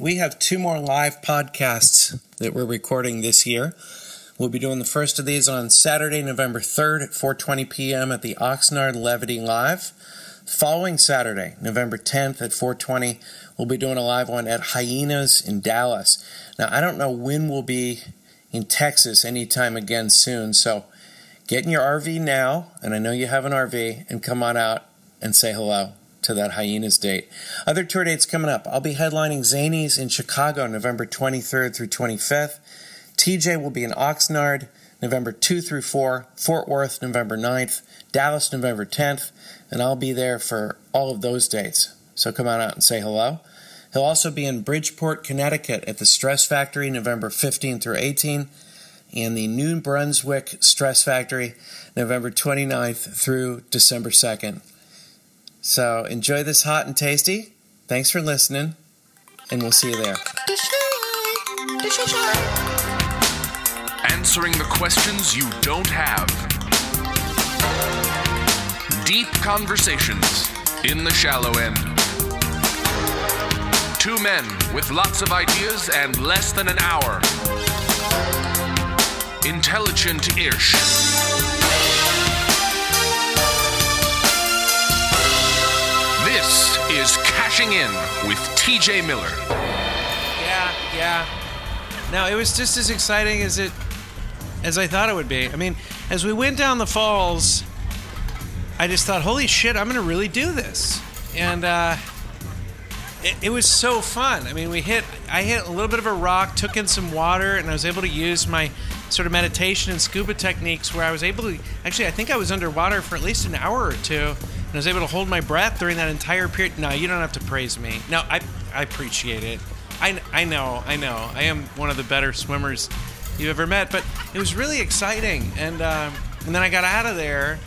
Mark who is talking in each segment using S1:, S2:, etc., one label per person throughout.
S1: We have two more live podcasts that we're recording this year. We'll be doing the first of these on Saturday, November 3rd at 4:20 p.m. at the Oxnard Levity Live. Following Saturday, November 10th at 4:20, we'll be doing a live one at Hyenas in Dallas. Now, I don't know when we'll be in Texas anytime again soon, so get in your RV now, and I know you have an RV, and come on out and say hello to that Hyenas date. Other tour dates coming up. I'll be headlining Zanies in Chicago November 23rd through 25th. TJ will be in Oxnard November 2 through 4, Fort Worth November 9th, Dallas November 10th, and I'll be there for all of those dates. So come on out and say hello. He'll also be in Bridgeport, Connecticut at the Stress Factory November 15 through 18 and the New Brunswick Stress Factory November 29th through December 2nd. So enjoy this hot and tasty. Thanks for listening, and we'll see you there.
S2: Answering the questions you don't have. Deep conversations in the shallow end. Two men with lots of ideas and less than an hour. Intelligent ish. This is Cashing In with TJ Miller.
S1: Yeah, yeah. No, it was just as exciting as it as I thought it would be. I mean, as we went down the falls, I just thought, "Holy shit, I'm gonna really do this," and uh, it, it was so fun. I mean, we hit I hit a little bit of a rock, took in some water, and I was able to use my sort of meditation and scuba techniques where I was able to actually I think I was underwater for at least an hour or two, and I was able to hold my breath during that entire period. No, you don't have to praise me. No, I I appreciate it. I, I know, I know. I am one of the better swimmers you've ever met, but it was really exciting. And um, and then I got out of there,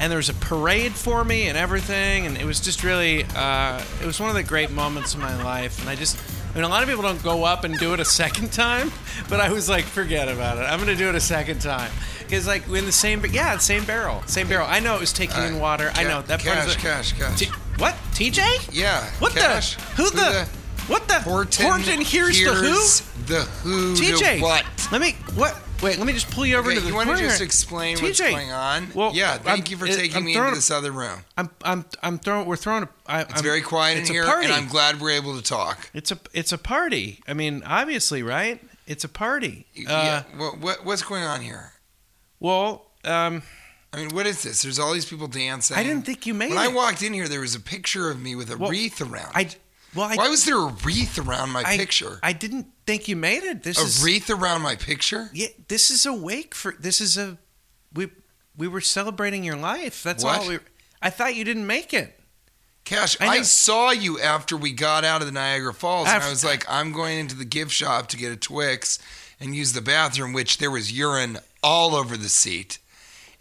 S1: and there was a parade for me and everything, and it was just really uh, it was one of the great moments of my life. And I just I mean, a lot of people don't go up and do it a second time, but I was like, forget about it. I'm gonna do it a second time because like we're in the same yeah same barrel same barrel. I know it was taking in water. I
S3: Ca-
S1: know that part.
S3: Cash,
S1: Of the,
S3: cash, cash.
S1: T- what TJ?
S3: yeah.
S1: What
S3: cash.
S1: the? Who, the, What the?
S3: Horton,
S1: Horton hears the who?
S3: hears the who? to
S1: TJ,
S3: what?
S1: Let me what? Wait, let me just pull you over
S3: Okay,
S1: to the
S3: you want to
S1: corner.
S3: just explain what's
S1: TJ,
S3: going on?
S1: Well,
S3: yeah, thank
S1: I'm-
S3: you for
S1: it-
S3: taking
S1: I'm
S3: me
S1: throwing,
S3: into this other room.
S1: I'm I'm I'm throwing. We're throwing. A, I,
S3: It's very quiet
S1: it's
S3: in
S1: a
S3: here,
S1: party.
S3: and I'm glad we're able to talk.
S1: It's a it's a party. I mean, obviously, right? It's a party. Uh,
S3: yeah. What, what, what's going on here?
S1: Well, um,
S3: I mean, what is this? There's all these people dancing.
S1: I didn't think you made
S3: When I
S1: it.
S3: walked in here, there was a picture of me with a
S1: Well,
S3: wreath around.
S1: I well, I
S3: Why was there a wreath around my
S1: I,
S3: picture?
S1: I didn't think you made it. This
S3: a
S1: is
S3: wreath around my picture?
S1: yeah. This is a wake for. This is a we we were celebrating your life. That's all
S3: What?
S1: we. I thought you didn't make it.
S3: Cash,
S1: I
S3: I,
S1: know.
S3: saw you after we got out of the Niagara Falls, and
S1: Af-
S3: I was like, I'm going into the gift shop to get a Twix and use the bathroom, which there was urine all over the seat.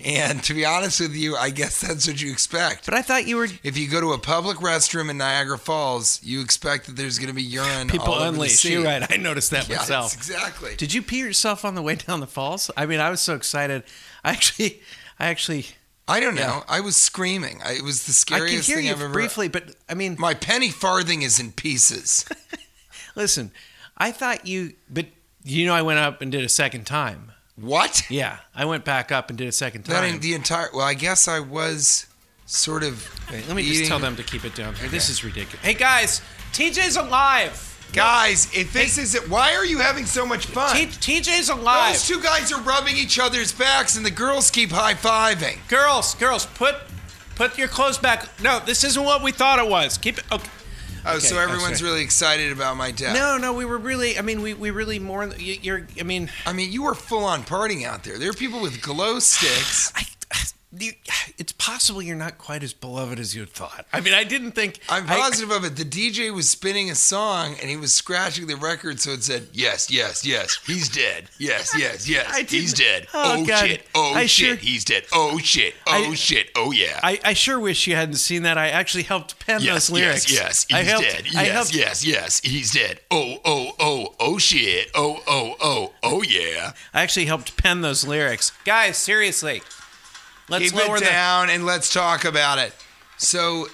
S3: And to be honest with you, I guess that's what you expect.
S1: But I thought you were
S3: If you go to a public restroom in Niagara Falls, you expect that there's going to be urine
S1: people
S3: all over the
S1: unleashed.
S3: seat.
S1: You're right. I noticed that
S3: Yeah,
S1: myself.
S3: exactly.
S1: Did you pee yourself on the way down the falls? I mean, I was so excited. I actually, I actually,
S3: I don't know. I was screaming. I, it was the
S1: I could
S3: scariest
S1: hear
S3: thing
S1: you
S3: I've ever.
S1: briefly, but I mean,
S3: My penny farthing is in pieces.
S1: listen, I thought you, but you know, I went up and did a second time.
S3: what?
S1: Yeah, I went back up and did a second
S3: That
S1: time.
S3: ain't the entire. Well, I guess I was sort of.
S1: Wait, let me just
S3: eating-
S1: tell them to keep it down here. This is ridiculous. Hey guys, TJ's alive.
S3: Guys, if this isn't, why are you having so much fun?
S4: T- TJ's alive.
S3: Those two guys are rubbing each other's backs, and the girls keep high fiving.
S4: girls, girls, put put your clothes back. No, this isn't what we thought it was. Keep it. Okay.
S3: Oh,
S4: Okay,
S3: so
S4: that's
S3: everyone's
S4: right.
S3: really excited about my death.
S4: No, no, we were really. I mean, we we really more. you- You're. I mean,
S3: I mean, you were full on partying out there. There are people with glow sticks.
S4: I. You, it's possible you're not quite as beloved as you thought. I mean, I didn't think.
S3: I'm
S4: I-
S3: positive of it. The DJ was spinning a song and he was scratching the record, so it said, "Yes, yes, yes, he's dead. Yes, yes,
S4: I
S3: yes,
S4: didn't-
S3: he's dead.
S4: Oh,
S3: Oh,
S4: God.
S3: shit. Oh
S4: I
S3: shit,
S4: sure-
S3: he's dead. Oh shit. Oh
S4: I-
S3: shit. Oh yeah."
S4: I, I sure wish you hadn't seen that. I actually helped pen
S3: Yes,
S4: those lyrics.
S3: yes, yes,
S4: I
S3: he's
S4: helped,
S3: dead.
S4: I
S3: Yes,
S4: helped,
S3: yes, yes, he's dead. Oh, oh, oh, oh shit. Oh, oh, oh, oh yeah.
S4: I actually helped pen those lyrics, guys. Seriously, let's
S3: Keep
S4: lower
S3: it
S4: the.
S3: down and let's talk about it. So,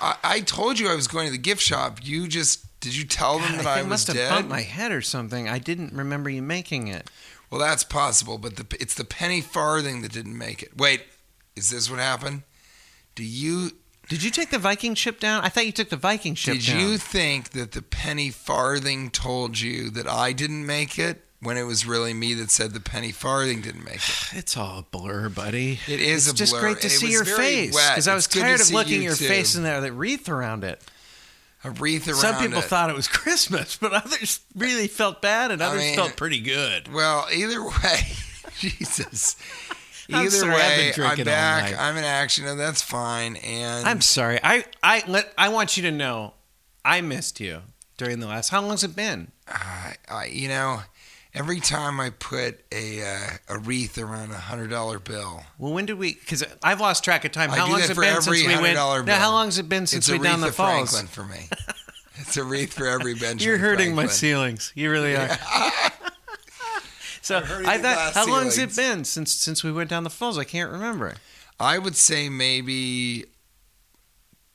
S3: I, I told you I was going to the gift shop. You just did you tell them that
S4: I
S3: I,
S4: think
S3: was
S4: must have
S3: dead?
S4: bumped my head or something. I didn't remember you making it.
S3: Well, that's possible, but the, it's the penny farthing that didn't make it. Wait, is this what happened? Do you
S4: Did you take the Viking ship down? I thought you took the Viking ship
S3: did
S4: down.
S3: you think that the penny farthing told you that I didn't make it when it was really me that said the penny farthing didn't make it?
S4: It's all a blur, buddy.
S3: It is
S4: It's
S3: a
S4: just
S3: blur,
S4: great to
S3: and it
S4: see
S3: was
S4: your
S3: very
S4: face
S3: wet.
S4: because I was
S3: It's good to
S4: tired of
S3: see
S4: looking
S3: you
S4: at
S3: too.
S4: your face and there that wreath around it.
S3: A wreath around
S4: Some people
S3: it.
S4: thought it was Christmas, but others really felt bad, and others
S3: mean-
S4: felt pretty good.
S3: Well, either way, Jesus.
S4: I'm
S3: Either
S4: sorry, I've been
S3: way, I'm,
S4: drinking all
S3: back.
S4: night.
S3: I'm in action, and that's fine. And
S4: I'm sorry. I I let I want you to know, I missed you during the last. How long's it been?
S3: I, I, you know, every time I put a uh, a wreath around a hundred dollar bill,
S4: Well, when did we? Because I've lost track of time.
S3: I
S4: How
S3: do
S4: long's
S3: that
S4: it
S3: for
S4: been
S3: every
S4: since we went?
S3: $100
S4: No,
S3: bill.
S4: how long's it been
S3: it's
S4: since
S3: a
S4: we
S3: wreath
S4: down the
S3: of
S4: falls?
S3: Franklin for me. it's a wreath for every Benjamin.
S4: You're hurting my
S3: Franklin.
S4: ceilings. You really are. so
S3: hurting
S4: I
S3: the
S4: thought,
S3: glass
S4: how long's it
S3: ceilings.
S4: been since since we went down the falls? I can't remember.
S3: I would say maybe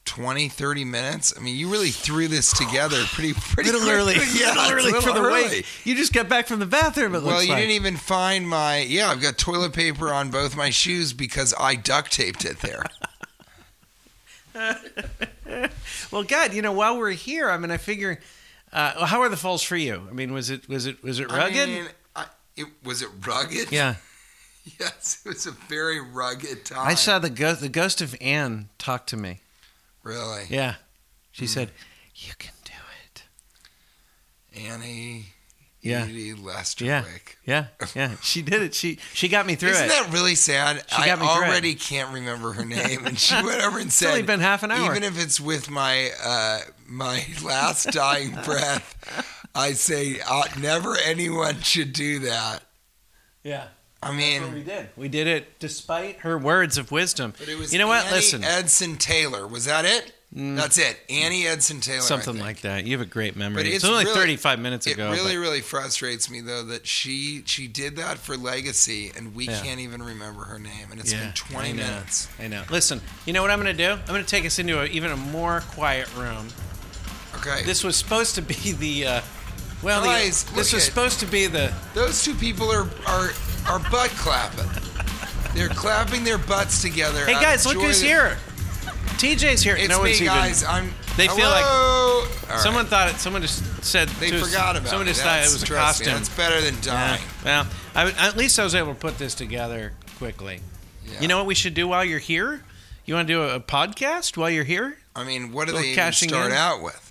S3: 20, 30 minutes. I mean, you really threw this together pretty pretty
S4: little early,
S3: quickly. Yeah,
S4: little early
S3: it's a
S4: for the
S3: little early.
S4: wake. You just got back from the bathroom. It
S3: Well,
S4: looks
S3: you
S4: like.
S3: didn't even find my. Yeah, I've got toilet paper on both my shoes because I duct taped it there.
S4: Well, God, you know, while we're here, I mean, I figure, uh, how are the falls for you? I mean, was it was it was it rugged?
S3: I mean, I, it, was it rugged?
S4: yeah,
S3: Yes, it was a very rugged time.
S4: I saw the ghost. The ghost of Anne talk to me.
S3: Really,
S4: Yeah, she said, "You can do it."
S3: Annie.
S4: Yeah.
S3: Edie Lesterwick.
S4: Yeah, yeah, yeah. She did it. She she got me through
S3: Isn't
S4: it.
S3: that really sad?
S4: She
S3: I
S4: got me through it.
S3: already can't remember her name, and she went over and said,
S4: only been half an hour.
S3: Even if it's with my uh, my last dying breath, I say uh, never anyone should do that.
S4: yeah.
S3: I mean,
S4: did. We did it despite her words of wisdom.
S3: But it was
S4: you know what?
S3: Annie
S4: Listen, Mm.
S3: Edson Taylor. Was that it? That's it. Annie Edson Taylor. I
S4: something
S3: think.
S4: like that. You have a great memory.
S3: But
S4: it's,
S3: it's
S4: only
S3: really-
S4: 35 minutes
S3: It
S4: ago.
S3: really,
S4: but-
S3: really frustrates me though that she she did that for legacy and we
S4: Yeah.
S3: can't even remember her name and it's
S4: Yeah,
S3: been twenty
S4: I know,
S3: minutes.
S4: I know. Listen, you know what I'm going to do? I'm going to take us into a, even a more quiet room.
S3: Okay.
S4: This was supposed to be the, uh, well, the-
S3: Guys,
S4: this
S3: look
S4: was
S3: at-
S4: supposed to be the.
S3: Those two people are are are butt clapping. They're clapping their butts together.
S4: Hey
S3: out
S4: guys,
S3: of
S4: look
S3: joy
S4: who's
S3: that-
S4: here! TJ's here.
S3: Uh, It's
S4: no
S3: me,
S4: one's
S3: guys. I'm.
S4: They feel like-
S3: hello? All right.
S4: Someone thought it. Someone just said
S3: They
S4: to us-
S3: forgot about.
S4: Someone
S3: it.
S4: just
S3: That's-
S4: thought it was a
S3: trust me,
S4: costume.
S3: That's better than
S4: Yeah.
S3: dying.
S4: Well, I, would- at least I was able to put this together quickly.
S3: Yeah.
S4: You know what we should do while you're here? You want to do a, a podcast while you're here?
S3: I mean, what do
S4: Little
S3: they even
S4: cashing
S3: start
S4: in.
S3: out with?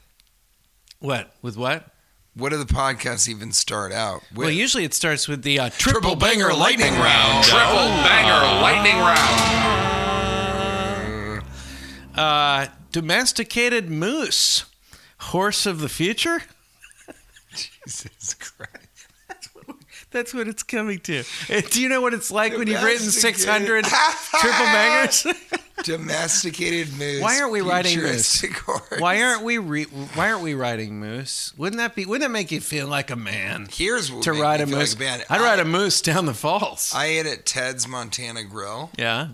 S4: What with what?
S3: What do the podcasts even start out with?
S4: Well, usually it starts with the uh, triple,
S3: Triple banger lightning round.
S2: Triple banger lightning round.
S4: uh, domesticated moose, horse of the future.
S3: Jesus Christ.
S4: That's what it's coming to. Uh, Do you know what it's like when you've written 600 triple bangers?
S3: Domesticated moose.
S4: Why aren't we riding this?
S3: futuristic horse.
S4: Why aren't we re- Why aren't we riding moose? Wouldn't that be? Wouldn't that make you feel like a man?
S3: Here's what
S4: to
S3: made
S4: ride
S3: me
S4: a
S3: feel
S4: moose.
S3: Like a man.
S4: I'd ride
S3: I-
S4: a moose down the falls.
S3: I ate at Ted's Montana Grill.
S4: yeah.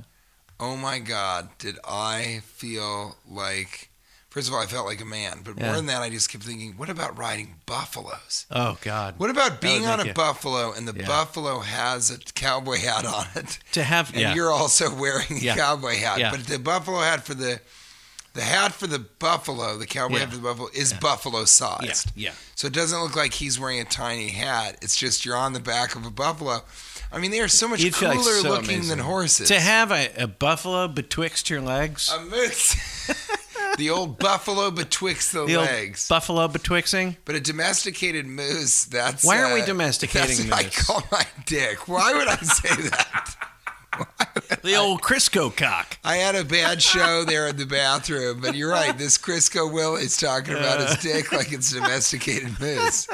S3: Oh my God, did I feel like. First of all, I felt like a man, but
S4: Yeah.
S3: more than that, I just kept thinking, what about riding buffaloes?
S4: Oh God.
S3: What about being
S4: would
S3: on
S4: make
S3: a
S4: you-
S3: buffalo and the
S4: Yeah.
S3: buffalo has a cowboy hat on it?
S4: To have
S3: and
S4: yeah.
S3: you're also wearing a
S4: Yeah.
S3: cowboy hat.
S4: Yeah.
S3: But the buffalo hat for the The hat for the buffalo, the cowboy
S4: Yeah.
S3: hat for the buffalo, is buffalo sized.
S4: yeah.
S3: So it doesn't look like he's wearing a tiny hat. It's just you're on the back of a buffalo. I mean, they are so much
S4: You'd feel
S3: cooler
S4: like so
S3: looking
S4: amazing.
S3: than horses.
S4: To have a, a buffalo betwixt your legs,
S3: a moose. the old buffalo betwixt the,
S4: the old
S3: legs.
S4: buffalo betwixing.
S3: but a domesticated moose, that's.
S4: Why aren't we
S3: uh,
S4: domesticating
S3: that's what I
S4: moose?
S3: call my dick. Why would I say that?
S4: The old Crisco cock.
S3: I had a bad show there in the bathroom, but you're right. This Crisco Will is talking about his dick like it's domesticated moose.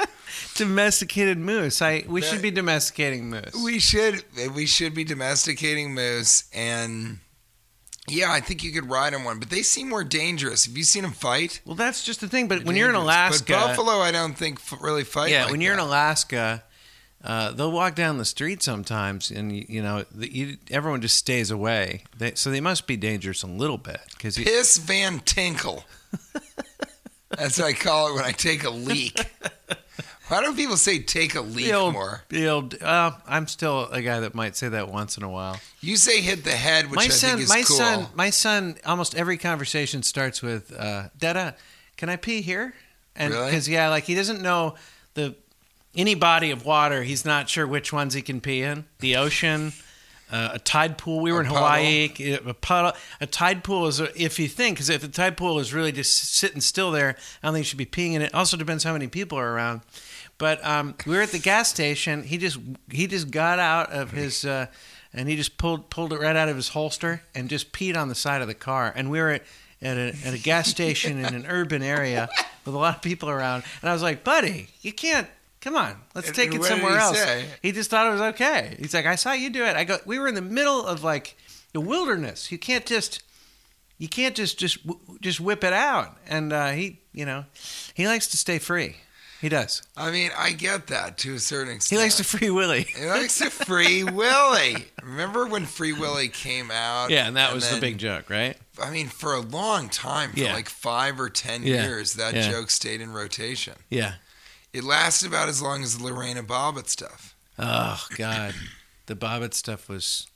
S4: Domesticated moose. I we should be domesticating moose.
S3: We should we should be domesticating moose, and yeah, I think you could ride on one, but they seem more dangerous. Have you seen them fight?
S4: well, that's just the thing. But
S3: They're
S4: when you're in
S3: dangerous.
S4: Alaska,
S3: but buffalo, I don't think f- really fight.
S4: yeah,
S3: like
S4: when you're
S3: that.
S4: in Alaska, uh, they'll walk down the street sometimes, and you, you know the, you, everyone just stays away. They, so they must be dangerous a little bit because
S3: piss Van Tinkle. That's what I call it when I take a leak. Why don't people say take a leak
S4: the old,
S3: more?
S4: the old. Uh, I'm still a guy that might say that once in a while.
S3: You say hit the head, which
S4: my
S3: I
S4: son,
S3: think is
S4: my
S3: cool.
S4: son, my son. Almost every conversation starts with uh, "Dada, can I pee here?" And
S3: Really?
S4: because yeah, like he doesn't know the any body of water. He's not sure which ones he can pee in. The ocean, uh, a tide pool. We were in
S3: puddle.
S4: Hawaii. A puddle. A tide pool is a iffy thing because if the tide pool is really just sitting still there, I don't think you should be peeing in it. Also depends how many people are around. But um, we were at the gas station. He just he just got out of his uh, and he just pulled pulled it right out of his holster and just peed on the side of the car. And we were at at a, at a gas station in an urban area with a lot of people around. And I was like, buddy, you can't. Come on, let's
S3: And-
S4: take
S3: and
S4: it
S3: what did
S4: somewhere
S3: he
S4: else.
S3: say?
S4: He just thought it was okay. He's like, I saw you do it. I go, we were in the middle of like the wilderness. You can't just, you can't just just w- just whip it out. And uh, he, you know, he likes to stay free. He does.
S3: I mean, I get that to a certain
S4: He
S3: extent.
S4: likes to free Willy.
S3: He likes to Free Willy. Remember when Free Willy came out?
S4: Yeah, and that was the
S3: then-
S4: big joke, right?
S3: I mean, for a long time, for
S4: Yeah.
S3: like five or ten
S4: Yeah.
S3: years, that
S4: Yeah.
S3: joke stayed in rotation.
S4: Yeah.
S3: It lasted about as long as the Lorena Bobbitt stuff.
S4: Oh God, the Bobbitt stuff was,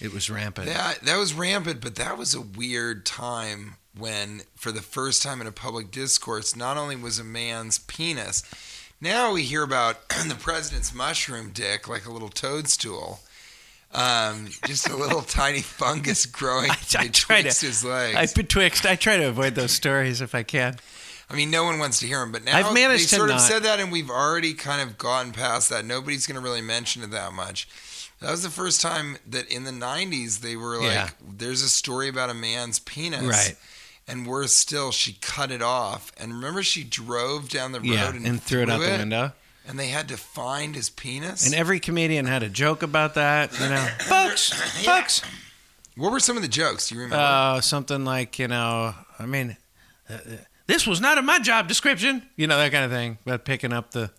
S4: it was rampant.
S3: That that was rampant, but that was a weird time when, for the first time in a public discourse, not only was a man's penis. Now we hear about the president's mushroom dick, like a little toadstool, um, just a little tiny fungus growing
S4: I, I try
S3: betwixt
S4: to.
S3: his legs.
S4: I betwixt. I try to avoid those stories if I can.
S3: I mean, no one wants to hear them, but now
S4: I've managed
S3: they
S4: to
S3: sort of
S4: not.
S3: said that, and we've already kind of gotten past that. Nobody's going to really mention it that much. That was the first time that in the '90s they were like,
S4: Yeah.
S3: "There's a story about a man's penis,"
S4: Right.
S3: And worse still, she cut it off. And remember, she drove down the road
S4: Yeah,
S3: and,
S4: and threw it out the window.
S3: And they had to find his penis.
S4: And every comedian had a joke about that, you know. folks, folks.
S3: what were some of the jokes? Do you remember?
S4: Uh, something like, you know, I mean, uh, uh, this was not in my job description, you know, that kind of thing. But picking up the,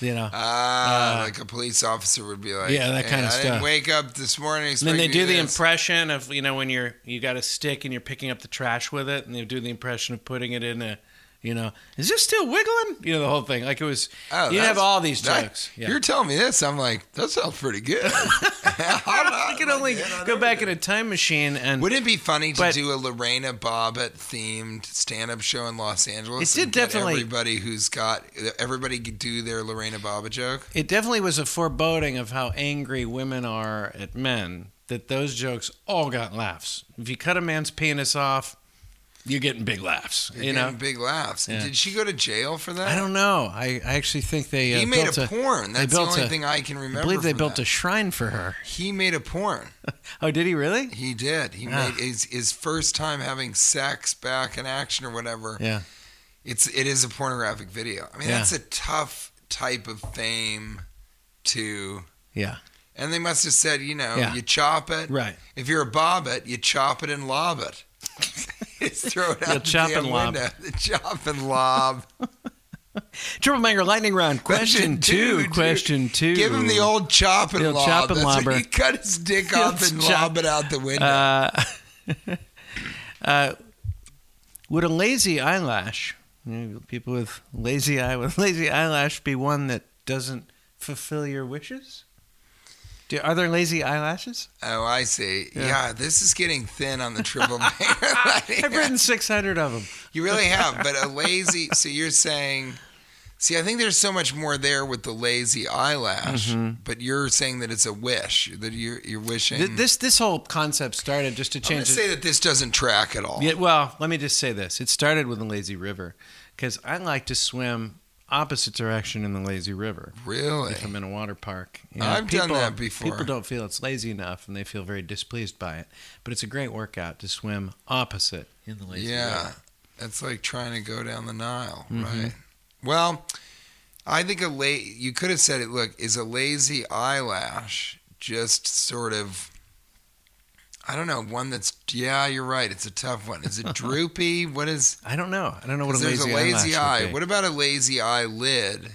S4: you know.
S3: Ah,
S4: uh,
S3: like a police officer would be like,
S4: Yeah, that
S3: "Hey,
S4: kinda
S3: I Didn't
S4: stuff."
S3: wake up this morning.
S4: and then they do the
S3: impression.
S4: impression of, you know, when you're, you got a stick and you're picking up the trash with it, and they do the impression of putting it in a, you know, is this still wiggling? You know, the whole thing. Like it was, you
S3: that's-
S4: have all these
S3: Oh, that-
S4: jokes. Yeah.
S3: You're telling me this. I'm like, that sounds pretty good. How
S4: I
S3: not?
S4: could only go back in a time machine and.
S3: Wouldn't it be funny to
S4: But-
S3: do a Lorena Bobbitt themed stand up show in Los Angeles?
S4: It did
S3: and get
S4: definitely-
S3: Everybody who's got everybody could do their Lorena Bobbitt joke.
S4: it definitely was a foreboding of how angry women are at men that those jokes all got laughs. If you cut a man's penis off, you're getting big laughs.
S3: You're
S4: you know,
S3: getting big laughs.
S4: Yeah.
S3: Did she go to jail for that?
S4: I don't know. I, I actually think they uh,
S3: He made
S4: built
S3: a porn. That's the
S4: built
S3: only
S4: a-
S3: thing I can remember.
S4: I believe they
S3: from
S4: built
S3: that.
S4: a shrine for her.
S3: He made a porn.
S4: Oh, did he really?
S3: He did. He
S4: Ah.
S3: made his, his first time having sex back in action or whatever.
S4: Yeah.
S3: it's it is a pornographic video. I mean,
S4: Yeah.
S3: that's a tough type of fame to.
S4: Yeah.
S3: And they must have said, you know,
S4: Yeah.
S3: you chop it.
S4: Right.
S3: If you're a bobbit, you chop it and lob it. Just throw it
S4: You'll
S3: out the
S4: chop
S3: damn
S4: and lob.
S3: window. Chop and lob.
S4: Triple Banger Lightning Round. Question,
S3: Question
S4: two.
S3: two, dude.
S4: Question two.
S3: Give him the old chop and
S4: The old
S3: lob.
S4: chop and
S3: That's what
S4: lobber.
S3: He cut his dick off and
S4: Chop-
S3: lob it out the window.
S4: Uh, uh, would a lazy eyelash, you know, people with lazy eye, would a lazy eyelash be one that doesn't fulfill your wishes?
S1: Do, are there lazy eyelashes?
S3: Oh, I see.
S1: Yeah.
S3: Yeah, this is getting thin on the triple
S1: I've
S3: banner.
S1: written 600 of them.
S3: you really have, but a lazy. So you're saying, see, I think there's so much more there with the lazy eyelash, but you're saying that it's a wish that you're you're wishing.
S1: Mm-hmm. Th- This this whole concept started just to
S3: I'm gonna
S1: change.
S3: say that Hmm. Oh, this doesn't track at all.
S1: Yeah, well, let me just say this. It started with the lazy river because I like to swim opposite direction in the lazy river
S3: Really?
S1: if I'm in a water park. You
S3: I've done that before.
S1: People don't feel it's lazy enough and they feel very displeased by it. But it's a great workout to swim opposite in the lazy
S3: Yeah,
S1: river.
S3: that's like trying to go down the Nile, right? Well, I think a la- you could have said it. Look, is a lazy eyelash just sort of? I don't know. One that's yeah, you're right. It's a tough one. Is it droopy? What is?
S1: I don't know. I don't know what a
S3: 'cause
S1: lazy,
S3: there's a lazy
S1: eyelash would
S3: eye.
S1: be.
S3: What about a lazy eyelid?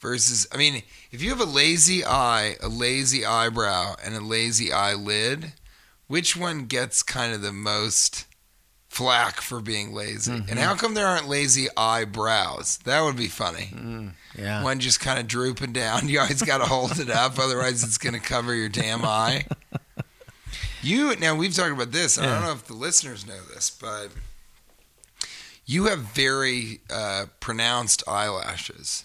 S3: Versus, I mean, if you have a lazy eye, a lazy eyebrow, and a lazy eyelid, which one gets kind of the most flack for being lazy?
S1: Mm-hmm.
S3: And how come there aren't lazy eyebrows? That would be funny.
S1: Mm, yeah.
S3: One just kind of drooping down. You always got to hold it up, otherwise it's going to cover your damn eye. You now we've talked about this. and I don't know if the listeners know this, but you have very uh, pronounced eyelashes.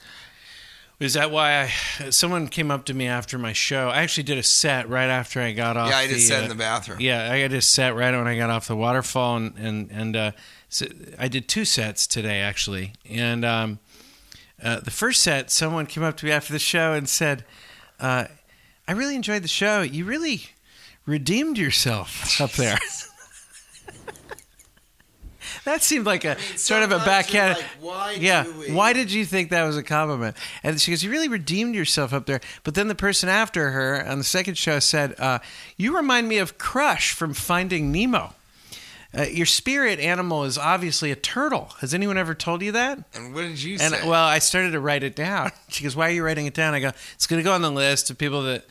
S1: Is that why I, someone came up to me after my show? I actually did a set right after I got off.
S3: yeah, I just
S1: the,
S3: sat
S1: uh,
S3: in the bathroom.
S1: Yeah, I just sat right when I got off the waterfall, and and and uh, so I did two sets today actually. And um, uh, the first set, someone came up to me after the show and said, uh, "I really enjoyed the show. You really redeemed yourself up there." that seemed like a sort of a
S3: sometimes you're
S1: backhand.
S3: like, why
S1: yeah,
S3: do we-
S1: why did you think that was a compliment? And she goes, "You really redeemed yourself up there." But then the person after her on the second show said, uh, "You remind me of Crush from Finding Nemo." Uh, your spirit animal is obviously a turtle. Has anyone ever told you that?
S3: And what did you
S1: And
S3: say?
S1: well, I started to write it down. She goes, "Why are you writing it down?" I go, "It's going to go on the list of people that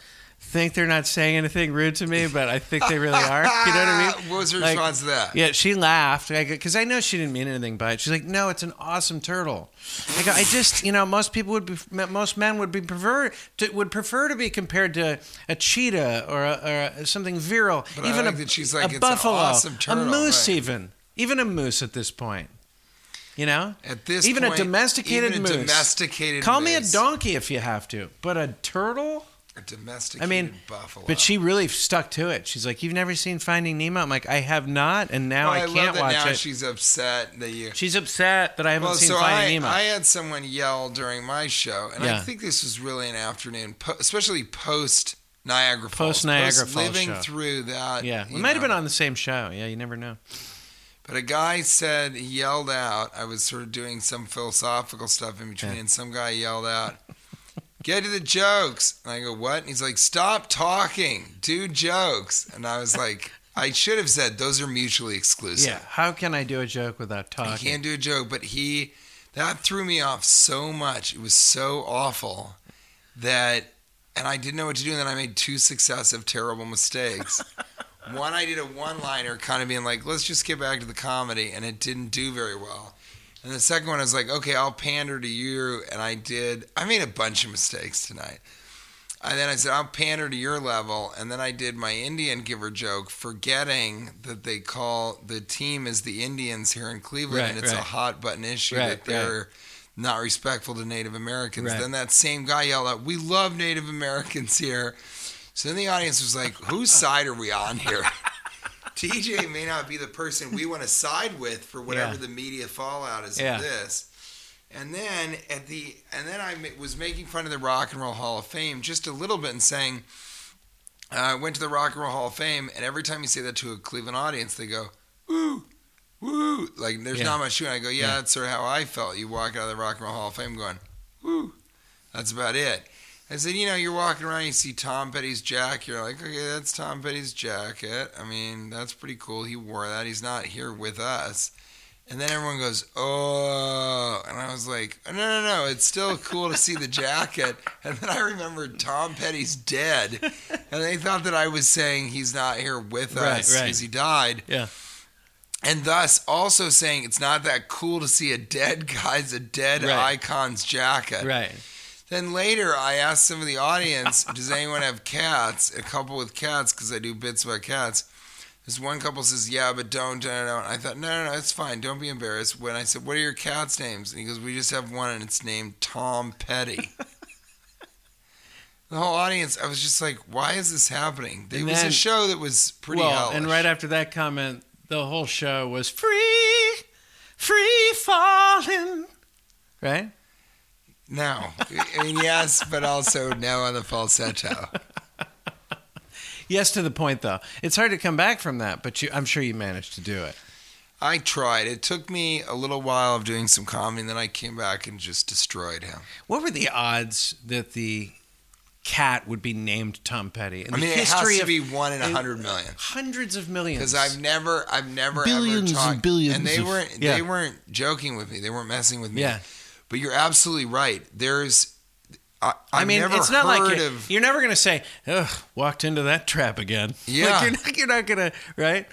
S1: think they're not saying anything rude to me, but I think they really are." You know what I mean?
S3: What was her
S1: Like,
S3: response to that?
S1: Yeah, she laughed because I know she didn't mean anything by it. She's like, "No, it's an awesome turtle." I go, "I just, you know, most people would be, most men would be prefer to, would prefer to be compared to a cheetah or, a, or a, something virile,
S3: But I
S1: even
S3: like
S1: a,
S3: that she's
S1: a
S3: like, "It's an
S1: buffalo,
S3: awesome turtle,"
S1: a moose,
S3: right.
S1: even even a moose at this point." You know,
S3: At this
S1: even a
S3: point,
S1: domesticated
S3: even a
S1: moose.
S3: domesticated
S1: Call me a
S3: moose.
S1: donkey if you have to, but a turtle.
S3: A domesticated
S1: I mean,
S3: buffalo.
S1: but she really stuck to it. She's like, "You've never seen Finding Nemo." I'm like, "I have not," and now
S3: Well,
S1: I
S3: love
S1: can't
S3: that
S1: watch
S3: now
S1: it.
S3: she's upset that you
S1: She's upset that I haven't
S3: Well,
S1: seen
S3: so
S1: Finding
S3: I,
S1: Nemo.
S3: I had someone yell during my show, and I
S1: Yeah.
S3: think this was really an afternoon, po- especially post Niagara Falls.
S1: Post-Niagara Falls
S3: living
S1: show.
S3: through that.
S1: yeah, we
S3: you
S1: might have
S3: know.
S1: been on the same show. Yeah, you never know.
S3: But a guy said he yelled out. I was sort of doing some philosophical stuff in between,
S1: Yeah.
S3: and some guy yelled out, "Get to the jokes!" And I go, "What?" And he's like, "Stop talking. Do jokes." And I was like, "I should have said those are mutually exclusive."
S1: Yeah, how can I do a joke without
S3: I
S1: talking?
S3: can't do a joke, but he that threw me off so much. It was so awful that and I didn't know what to do, and then I made two successive terrible mistakes. One I did a one liner kind of being like, let's just get back to the comedy, and it didn't do very well. And the second one I was like, okay, I'll pander to you and I did I made a bunch of mistakes tonight. And then I said, I'll pander to your level. And then I did my Indian giver joke, forgetting that they call the team is the Indians here in Cleveland,
S1: Right,
S3: and it's a
S1: right.
S3: hot button issue
S1: Right,
S3: that they're not respectful to Native Americans.
S1: Right.
S3: Then that same guy yelled out, "We love Native Americans here." So then the audience was like, "Whose side are we on here?" TJ may not be the person we want to side with for whatever
S1: Yeah.
S3: the media fallout is
S1: Yeah.
S3: of this. And then at the and then I ma- was making fun of the Rock and Roll Hall of Fame just a little bit and saying uh, I went to the Rock and Roll Hall of Fame and every time you say that to a Cleveland audience they go woo woo like there's
S1: Yeah.
S3: not much to it. I go yeah,
S1: Yeah.
S3: that's sort of how I felt. You walk out of the Rock and Roll Hall of Fame going woo that's about it. I said, you know, you're walking around, you see Tom Petty's jacket. You're like, okay, that's Tom Petty's jacket. I mean, that's pretty cool. He wore that. He's not here with us. And then everyone goes, oh. And I was like, no, no, no. It's still cool to see the jacket. And then I remembered Tom Petty's dead. And they thought that I was saying he's not here with
S1: Right,
S3: us
S1: right.
S3: because he died.
S1: Yeah.
S3: And thus also saying it's not that cool to see a dead guy's, a dead
S1: Right.
S3: icon's jacket.
S1: Right.
S3: Then later, I asked some of the audience, "Does anyone have cats? A couple with cats?" Because I do bits about cats. This one couple says, "Yeah, but don't, don't, don't." I thought, "No, no, no, it's fine. Don't be embarrassed." When I said, "What are your cats' names?" and he goes, "We just have one, and it's named Tom Petty." the whole audience, I was just like, "Why is this happening?" It
S4: And
S3: was a
S4: then-
S3: show that was pretty.
S4: well,
S3: hellish.
S4: and right after that comment, the whole show was free, free falling. Right?
S3: No. I mean, yes, but also no on the falsetto.
S4: Yes, to the point though. It's hard to come back from that, but you, I'm sure you managed to do it.
S3: I tried. It took me a little while of doing some comedy, and then I came back and just destroyed him.
S4: What were the odds that the cat would be named Tom Petty? In
S3: I
S4: the
S3: mean, it has
S4: history
S3: to
S4: of
S3: be one in a
S4: in-
S3: hundred million.
S4: hundreds of millions.
S3: Because I've never, I've never
S4: Billions
S3: ever
S4: and
S3: talked,
S4: billions
S3: and they
S4: of-
S3: weren't,
S4: yeah.
S3: they weren't joking with me. They weren't messing with me.
S4: Yeah.
S3: But you're absolutely right. There's, I,
S4: I
S3: I've
S4: mean,
S3: never
S4: it's not like
S3: heard
S4: it-
S3: of.
S4: you're never going to say, "Ugh, walked into that trap again."
S3: Yeah.
S4: like you're not, you're not going to, right?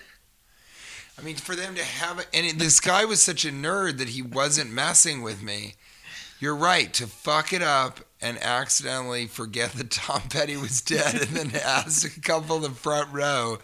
S3: I mean, for them to have it, and it, this guy was such a nerd that he wasn't messing with me. You're right to fuck it up and accidentally forget that Tom Petty was dead, and then ask a couple in the front row,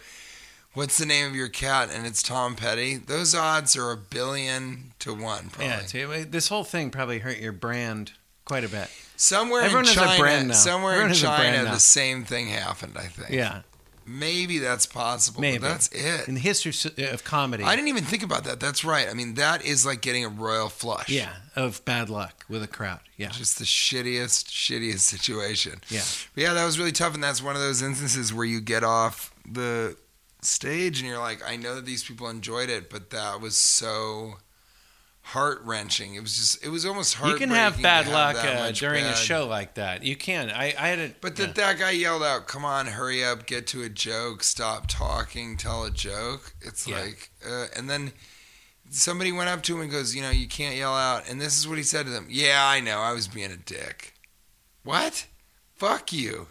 S3: "What's the name of your cat?" and it's Tom Petty. Those odds are a billion to one, probably.
S4: Yeah, too, this whole thing probably hurt your brand quite a bit.
S3: somewhere
S4: Everyone
S3: in
S4: has a
S3: China,
S4: brand now.
S3: somewhere
S4: Everyone
S3: in
S4: has a brand
S3: China,
S4: now.
S3: the same thing happened. I think.
S4: Yeah,
S3: maybe that's possible.
S4: Maybe.
S3: but that's it.
S4: in the history s- of comedy.
S3: I didn't even think about that. That's right. I mean, that is like getting a royal flush.
S4: yeah, of bad luck with a crowd. Yeah,
S3: Just the shittiest, shittiest situation.
S4: Yeah.
S3: But yeah, that was really tough. And that's one of those instances where you get off the stage and you're like, I know that these people enjoyed it, but that was so heart wrenching. It was just, it was almost hard.
S4: you can have bad luck uh, during a show like that. You can. I, I had a
S3: But
S4: yeah.
S3: that that guy yelled out, "Come on, hurry up, get to a joke, stop talking, tell a joke." It's
S4: Yeah.
S3: like, uh, and then somebody went up to him and goes, "You know, you can't yell out." And this is what he said to them: "Yeah, I know, I was being a dick. What? Fuck you."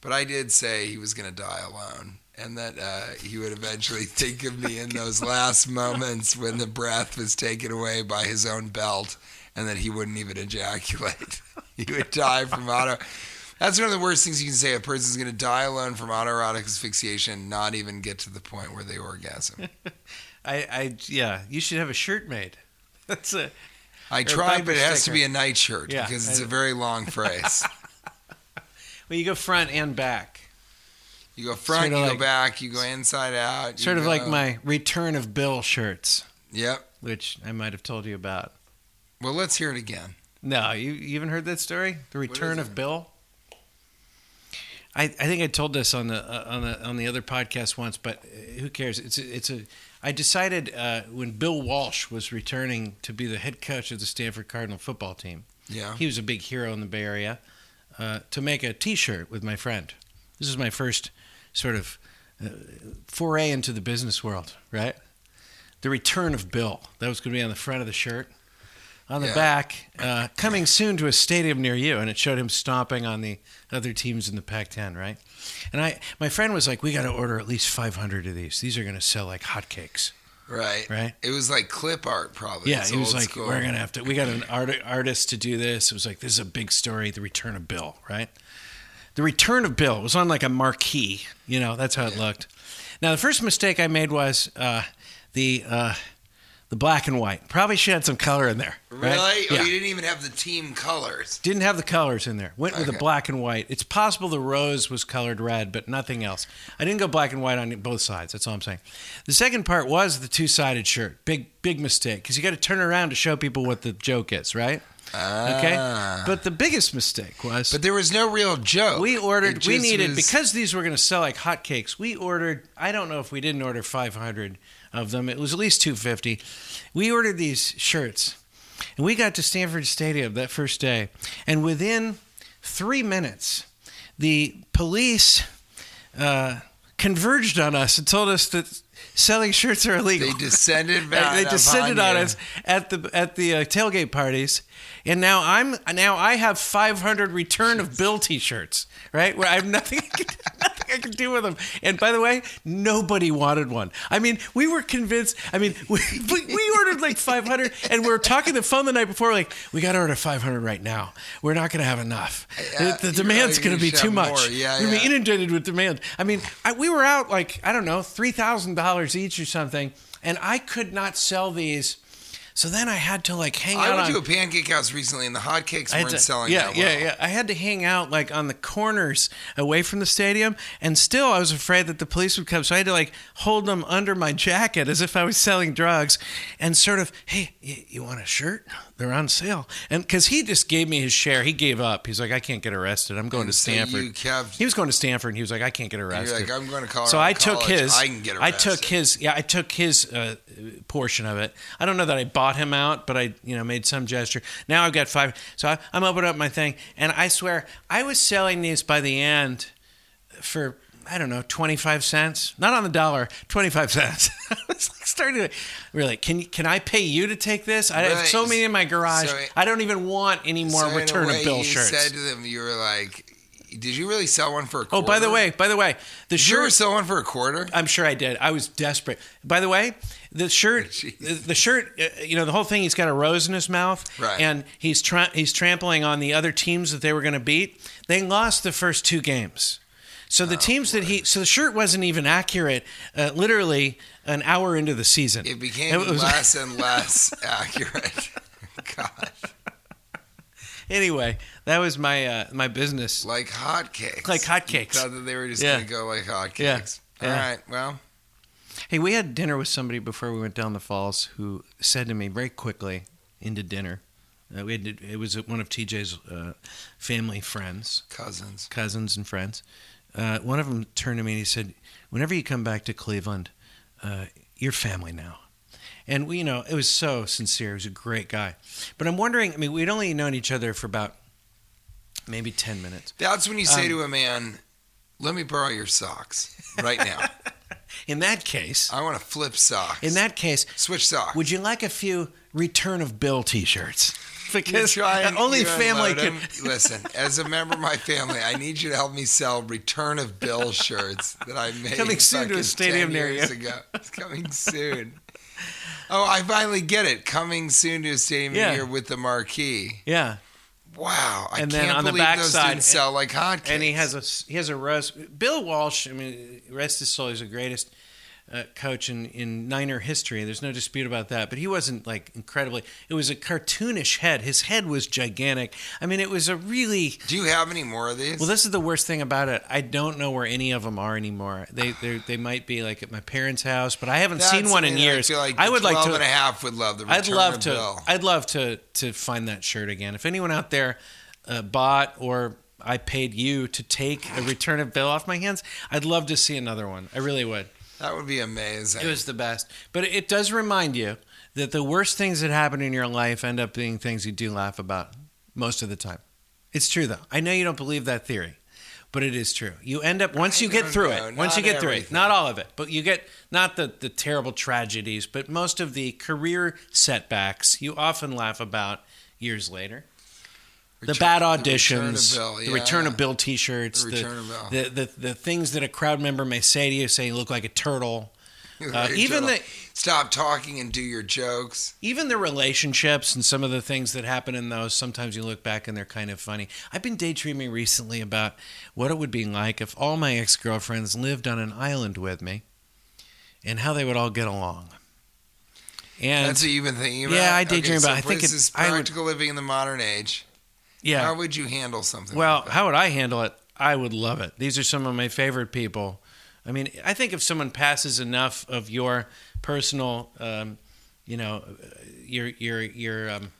S3: But I did say he was gonna die alone. And that uh, he would eventually think of me in those last moments when the breath was taken away by his own belt, and that he wouldn't even ejaculate. he would die from auto. That's one of the worst things you can say. A person's going to die alone from autoerotic asphyxiation, not even get to the point where they orgasm.
S4: I, I yeah, you should have a shirt made. That's a
S3: I
S4: a
S3: tried, but it
S4: bumper
S3: has to
S4: sticker.
S3: be a nightshirt
S4: Yeah,
S3: because it's
S4: I-
S3: a very long phrase.
S4: well, you go front and back.
S3: You go front,
S4: Sort of
S3: you
S4: like-
S3: go back, you go inside out. you
S4: Sort of
S3: go-
S4: like my return of Bill shirts,
S3: Yep.
S4: which I might have told you about.
S3: Well, let's hear it again.
S4: No, you, you even heard that story? The Return
S3: is
S4: of Bill? I, I think I told this on the uh, on the on the other podcast once, but uh, who cares? It's a, it's a I decided uh, when Bill Walsh was returning to be the head coach of the Stanford Cardinal football team.
S3: Yeah.
S4: He was a big hero in the Bay Area. Uh, to make a T-shirt with my friend. This is my first sort of uh, foray into the business world, right? The return of Bill. That was going to be on the front of the shirt. On the
S3: Yeah.
S4: back, uh, coming soon to a stadium near you, and it showed him stomping on the other teams in the Pac-10, right? And I, my friend was like, "We got to order at least 500 of these. These are going to sell like hotcakes."
S3: Right.
S4: Right.
S3: It was like clip art, probably.
S4: Yeah,
S3: It's
S4: he was
S3: old
S4: like,
S3: school.
S4: we're gonna have to. We got an art, artist to do this. It was like this is a big story. The return of Bill, right? The return of Bill was on like a marquee. You know, that's how it looked. Now the first mistake I made was uh, the uh, the black and white. Probably should have some color in there.
S3: Really?
S4: Right?
S3: Oh,
S4: Yeah.
S3: you didn't even have the team colors.
S4: Didn't have the colors in there. Went with the
S3: Okay.
S4: black and white. It's possible the rose was colored red, but nothing else. I didn't go black and white on both sides. That's all I'm saying. The second part was the two sided shirt. Big, big mistake because you got to turn around to show people what the joke is, right? Okay. But the biggest mistake was
S3: Ah. But there was no real joke.
S4: we
S3: It
S4: ordered, we
S3: just
S4: needed,
S3: was-
S4: because these were going to sell like hotcakes, we ordered, I don't know if we didn't order 500 of them. It was at least 250. We ordered these shirts. And we got to Stanford Stadium that first day. And within three minutes, the police uh, converged on us and told us that selling shirts are illegal.
S3: they descended back.
S4: They- they descended on us at the at the uh, tailgate parties, and now I'm now I have 500 return of Bill T-shirts, right? Where I have nothing, I can, nothing I can do with them. And by the way, nobody wanted one. I mean, we were convinced. I mean, we, we, we ordered ordered like 500, and we are talking the phone the night before, like, we got to order 500 right now. We're not going to have enough.
S3: Yeah,
S4: the, the
S3: you're
S4: demand's
S3: right,
S4: going to
S3: Uh, you
S4: be
S3: should
S4: too
S3: have
S4: much.
S3: more. Yeah,
S4: We're gonna be
S3: yeah.
S4: inundated with demand. I mean, I, we were out like, I don't know, $3,000 each or something, and I could not sell these. So then I had to like hang
S3: I
S4: out
S3: went to
S4: on
S3: a pancake house recently, and the hotcakes
S4: I had
S3: weren't
S4: to-
S3: selling
S4: yeah,
S3: that
S4: yeah,
S3: well.
S4: yeah. I had to hang out like on the corners away from the stadium, and still I was afraid that the police would come, so I had to like hold them under my jacket as if I was selling drugs, and sort of, hey, y- you want a shirt? They're on sale, and because he just gave me his share, he gave up. He's like, I can't get arrested. I'm going to
S3: And so
S4: Stanford.
S3: you kept-
S4: he was going to Stanford, and he was like, I can't get
S3: like,
S4: arrested.
S3: "I'm going to Colorado
S4: So I took
S3: College.
S4: his.
S3: I can get
S4: I took
S3: arrested."
S4: his. Yeah, I took his uh, portion of it. I don't know that I bought him out, but I you know made some gesture. Now I've got five. So I, I'm opening up my thing, and I swear I was selling these by the end for. I don't know, 25 cents, not on the dollar, 25 cents. I was like starting to, really, can you- can I pay you to take this? I have
S3: Right.
S4: so many in my garage.
S3: So it-
S4: I don't even want any more
S3: So in a
S4: return
S3: way,
S4: of bill
S3: you
S4: shirts.
S3: said to them, you were like, "Did you really sell one for a
S4: oh,
S3: quarter?"
S4: by the way, by the way, the
S3: did you ever
S4: shirt
S3: sell one for a quarter?
S4: I'm sure I did. I was desperate. By the way, the shirt,
S3: Jeez.
S4: the, the shirt, uh, you know, the whole thing. He's got a rose in his mouth,
S3: Right.
S4: and he's tra- he's trampling on the other teams that they were going to beat. They lost the first two games, so
S3: Oh,
S4: the teams that he, so the shirt wasn't even accurate. Uh, literally an hour into the season,
S3: It became
S4: was-
S3: less and less accurate. God,
S4: anyway, that was my uh, my business.
S3: like hotcakes.
S4: Like hotcakes.
S3: You Thought that they were just
S4: Yeah.
S3: going to go like hotcakes. All
S4: Yeah. Yeah.
S3: right. Well,
S4: Hey, we had dinner with somebody before we went down the falls who said to me very quickly into dinner. Uh, we had it was one of TJ's uh, family friends,
S3: cousins.
S4: cousins and friends. Uh, one of them turned to me and he said, "Whenever you come back to Cleveland, uh, you're family now." And we, you know, it was so sincere. He was a great guy. But I'm wondering. I mean, we'd only known each other for about maybe ten minutes.
S3: That's when you
S4: Um,
S3: say to a man, "Let me borrow your socks right now.
S4: In that case,
S3: I want to flip socks.
S4: in that case,
S3: switch socks."
S4: Would you like a few return of bill T-shirts?
S3: You
S4: Because
S3: try and-
S4: only
S3: you unload
S4: family can.
S3: 'em. Listen, as a member of my family, I need you to help me sell Return of Bill shirts that I made
S4: Coming soon to a
S3: fucking
S4: stadium
S3: 10
S4: near
S3: years
S4: you.
S3: Ago. It's coming soon. Oh, I finally get it. Coming soon to a stadium
S4: Yeah.
S3: near with the marquee.
S4: Yeah,
S3: Wow, I
S4: And then
S3: can't
S4: on the
S3: believe those
S4: backside-
S3: didn't sell like hotcakes.
S4: and he has a he has a rose. Bill Walsh. I mean, rest his soul. He's the greatest uh, coach in in Niner history. There's no dispute about that. But he wasn't like incredibly. It was a cartoonish head. His head was gigantic. I mean, it was a really.
S3: Do you have any more of these?
S4: Well, this is the worst thing about it. I don't know where any of them are anymore. They they they might be like at my parents' house, but I haven't
S3: That's-
S4: seen one
S3: I
S4: in
S3: mean,
S4: years.
S3: I, feel like
S4: I would like
S3: 12
S4: to
S3: and a half would love the Return
S4: I'd love
S3: of
S4: to.
S3: Bill.
S4: I'd love to to find that shirt again. If anyone out there uh, bought or I paid you to take a return of bill off my hands, I'd love to see another one. I really would.
S3: That would be amazing.
S4: It was the best. But it does remind you that the worst things that happen in your life end up being things you do laugh about most of the time. It's true though. I know you don't believe that theory, but it is true. You end up once
S3: I
S4: you get
S3: don't
S4: through
S3: know.
S4: it.
S3: Not
S4: Once you get through it,
S3: everything.
S4: not all of it, but you get not the the terrible tragedies, but most of the career setbacks you often laugh about years later. the
S3: Return-
S4: bad
S3: the Return of
S4: auditions, the
S3: Bill,
S4: return of bill,
S3: yeah.
S4: t-shirts,
S3: The
S4: the,
S3: Return of Bill.
S4: the, the the things that a crowd member may say to you, say you look like a turtle. Uh,
S3: Hey,
S4: even
S3: Turtle,
S4: the-
S3: stop talking and do your jokes.
S4: even the relationships and some of the things that happen in those sometimes you look back and they're kind of funny i've been daydreaming recently about what it would be like if all my ex-girlfriends lived on an island with me and how they would all get along and
S3: That's e- what you've been thinking about.
S4: Yeah, I daydream
S3: so
S4: about it. I think
S3: this
S4: it-
S3: is
S4: I would-
S3: practical living in the modern age.
S4: yeah
S3: How would you handle something?
S4: Well,
S3: like that?
S4: how would I handle it? I would love it. These are some of my favorite people. I mean, I think if someone passes enough of your personal, um, you know, uh, your your your um,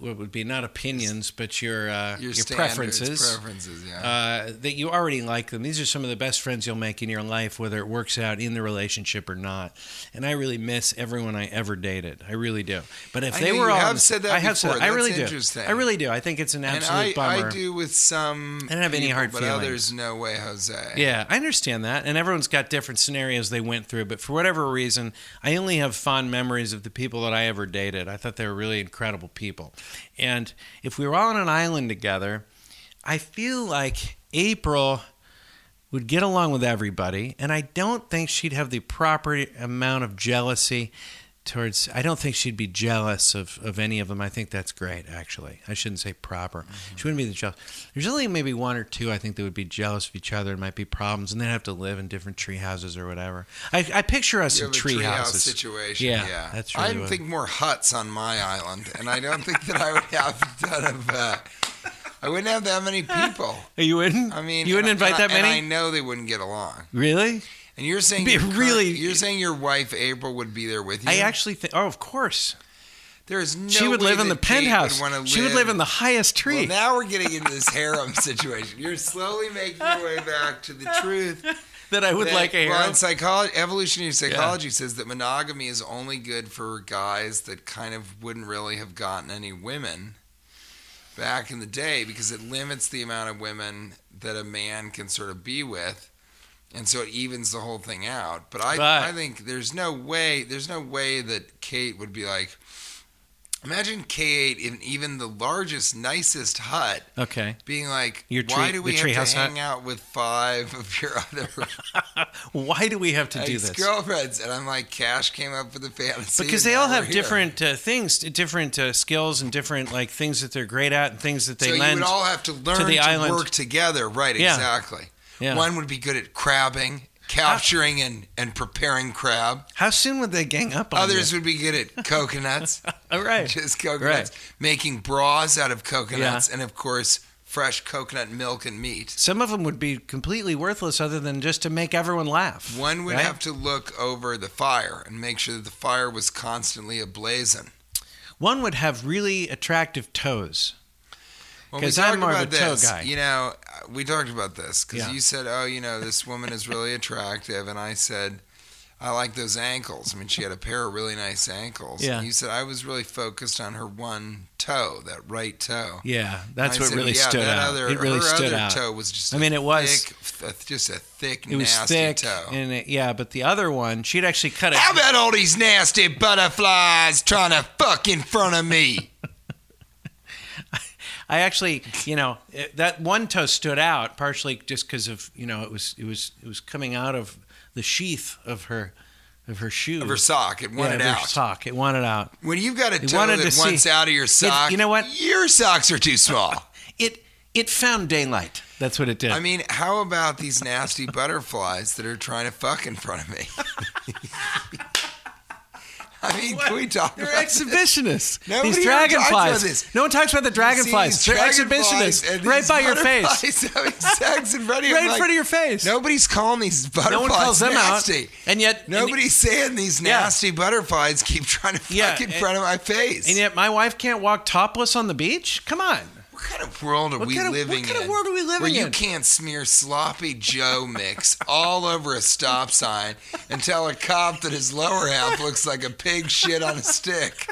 S4: what would be not opinions, but your uh, your,
S3: standards,
S4: preferences.
S3: preferences, yeah.
S4: Uh, that you already like them. These are some of the best friends you'll make in your life, whether it works out in the relationship or not. And I really miss everyone I ever dated. I really do. But if
S3: I
S4: they
S3: know
S4: were
S3: you
S4: all,
S3: have said that
S4: I have said.
S3: before.
S4: I really
S3: That's
S4: do.
S3: interesting.
S4: I really do. I think it's an
S3: and
S4: absolute
S3: I,
S4: bummer.
S3: I do with some.
S4: I don't have any
S3: people,
S4: hard
S3: but
S4: feelings.
S3: others, no way, Jose.
S4: Yeah, I understand that. And everyone's got different scenarios they went through. But for whatever reason, I only have fond memories of the people that I ever dated. I thought they were really incredible people. And if we were all on an island together, I feel like April would get along with everybody. And I don't think she'd have the proper amount of jealousy towards I don't think she'd be jealous of, of any of them. I think that's great actually. I shouldn't say proper. She wouldn't be the jealous. There's only maybe one or two I think that would be jealous of each other and might be problems and they'd have to live in different tree houses or whatever. I, I picture us
S3: You
S4: in
S3: have a
S4: tree,
S3: treehouse
S4: houses.
S3: situation.
S4: Yeah,
S3: Yeah,
S4: that's really
S3: I
S4: what-
S3: think more huts on my island, and I don't think that I would have that of. Uh, I wouldn't have that many people.
S4: You wouldn't?
S3: I mean,
S4: you wouldn't
S3: and
S4: invite
S3: I-
S4: that
S3: and
S4: many?
S3: I know they wouldn't get along.
S4: really?
S3: And you're saying
S4: Be
S3: your current-
S4: really-
S3: you're saying your wife April would be there with you.
S4: I actually think. Oh, of course.
S3: there is no
S4: she would
S3: way
S4: live in
S3: that
S4: the penthouse.
S3: Jake Would wanna
S4: she would live in the highest tree.
S3: Well, now we're getting into this harem situation. You're slowly making your way back to the truth.
S4: that I would
S3: that-
S4: like a
S3: well,
S4: harem.
S3: in psychology, evolutionary psychology says that monogamy is only good for guys that kind of wouldn't really have gotten any women back in the day because it limits the amount of women that a man can sort of be with. And so it evens the whole thing out. But I,
S4: But-
S3: I think there's no way there's no way that Kate would be like imagine Kate in even the largest, nicest hut
S4: okay.
S3: being like
S4: Your
S3: why
S4: tree-
S3: do we
S4: the
S3: have to
S4: treehouse hut?
S3: hang out with five of your other
S4: Why do we have to do this?
S3: ex-girlfriends, and I'm like, Cash came up with a fantasy
S4: Because
S3: and
S4: they all
S3: now
S4: have
S3: we're here.
S4: different uh, things, different uh, skills, and different like things that they're great at, and things that they
S3: so
S4: lend.
S3: you would all have to learn
S4: the
S3: to
S4: island.
S3: work together, right?
S4: Yeah.
S3: Exactly.
S4: Yeah.
S3: One would be good at crabbing, capturing, and and preparing crab.
S4: How soon would they gang up on
S3: Others
S4: You?
S3: would be good at coconuts,
S4: All right.
S3: just coconuts, making bras out of coconuts, and of course, fresh coconut milk and meat.
S4: Some of them would be completely worthless, other than just to make everyone laugh.
S3: One would
S4: right?
S3: have to look over the fire and make sure that the fire was constantly ablazing.
S4: One would have really attractive toes.
S3: When we
S4: 'Cause I'm
S3: talk
S4: more of
S3: about
S4: a toe
S3: this,
S4: guy.
S3: You know, uh, we talked about this because
S4: Yeah.
S3: you said, "Oh, you know, this woman is really attractive," and I said, "I like those ankles." I mean, she had a pair of really nice ankles.
S4: Yeah.
S3: And you said I was really focused on her one toe, that right toe.
S4: Yeah, that's
S3: I
S4: what
S3: said,
S4: really
S3: yeah,
S4: stood
S3: that
S4: out.
S3: Other,
S4: it really
S3: her
S4: stood
S3: other
S4: out.
S3: toe was just.
S4: I
S3: a
S4: mean, it was-
S3: thick, th- just a thick,
S4: it was
S3: nasty
S4: thick,
S3: toe.
S4: and it, yeah, but the other one, she'd actually cut it.
S3: How about all these nasty butterflies trying to fuck in front of me?
S4: I actually, you know, it, that one toe stood out partially just because of you know it was it was it was coming out of the sheath of her of her shoe
S3: Of her sock, it
S4: yeah,
S3: wanted
S4: of her
S3: out.
S4: sock. It wanted out.
S3: When you've got a
S4: It
S3: toe
S4: wanted
S3: that
S4: to
S3: wants
S4: see-
S3: out of your sock,
S4: you know what?
S3: Your socks are too small.
S4: It it found daylight. That's what it did.
S3: I mean, how about these nasty butterflies that are trying to fuck in front of me? I mean, can we talk
S4: they're
S3: about
S4: exhibitionists.
S3: Nobody
S4: These
S3: ever
S4: dragonflies.
S3: talks about this.
S4: No one talks about the dragonflies.
S3: these
S4: They're
S3: dragonflies and
S4: exhibitionists,
S3: these
S4: right by your face,
S3: butterflies having sex in front of you.
S4: right
S3: I'm
S4: in
S3: like,
S4: front of your face.
S3: Nobody's calling these
S4: no
S3: butterflies
S4: one calls them
S3: nasty.
S4: out, and yet and-
S3: Nobody's saying these
S4: Yeah.
S3: nasty butterflies keep trying to fuck
S4: Yeah,
S3: in
S4: and-
S3: front of my face.
S4: and yet, my wife can't walk topless on the beach. Come on.
S3: What kind of world are
S4: What
S3: we
S4: kind of- what
S3: living in?
S4: kind of world are we living
S3: Where you
S4: in?
S3: can't smear sloppy Joe mix all over a stop sign and tell a cop that his lower half looks like a pig shit on a stick.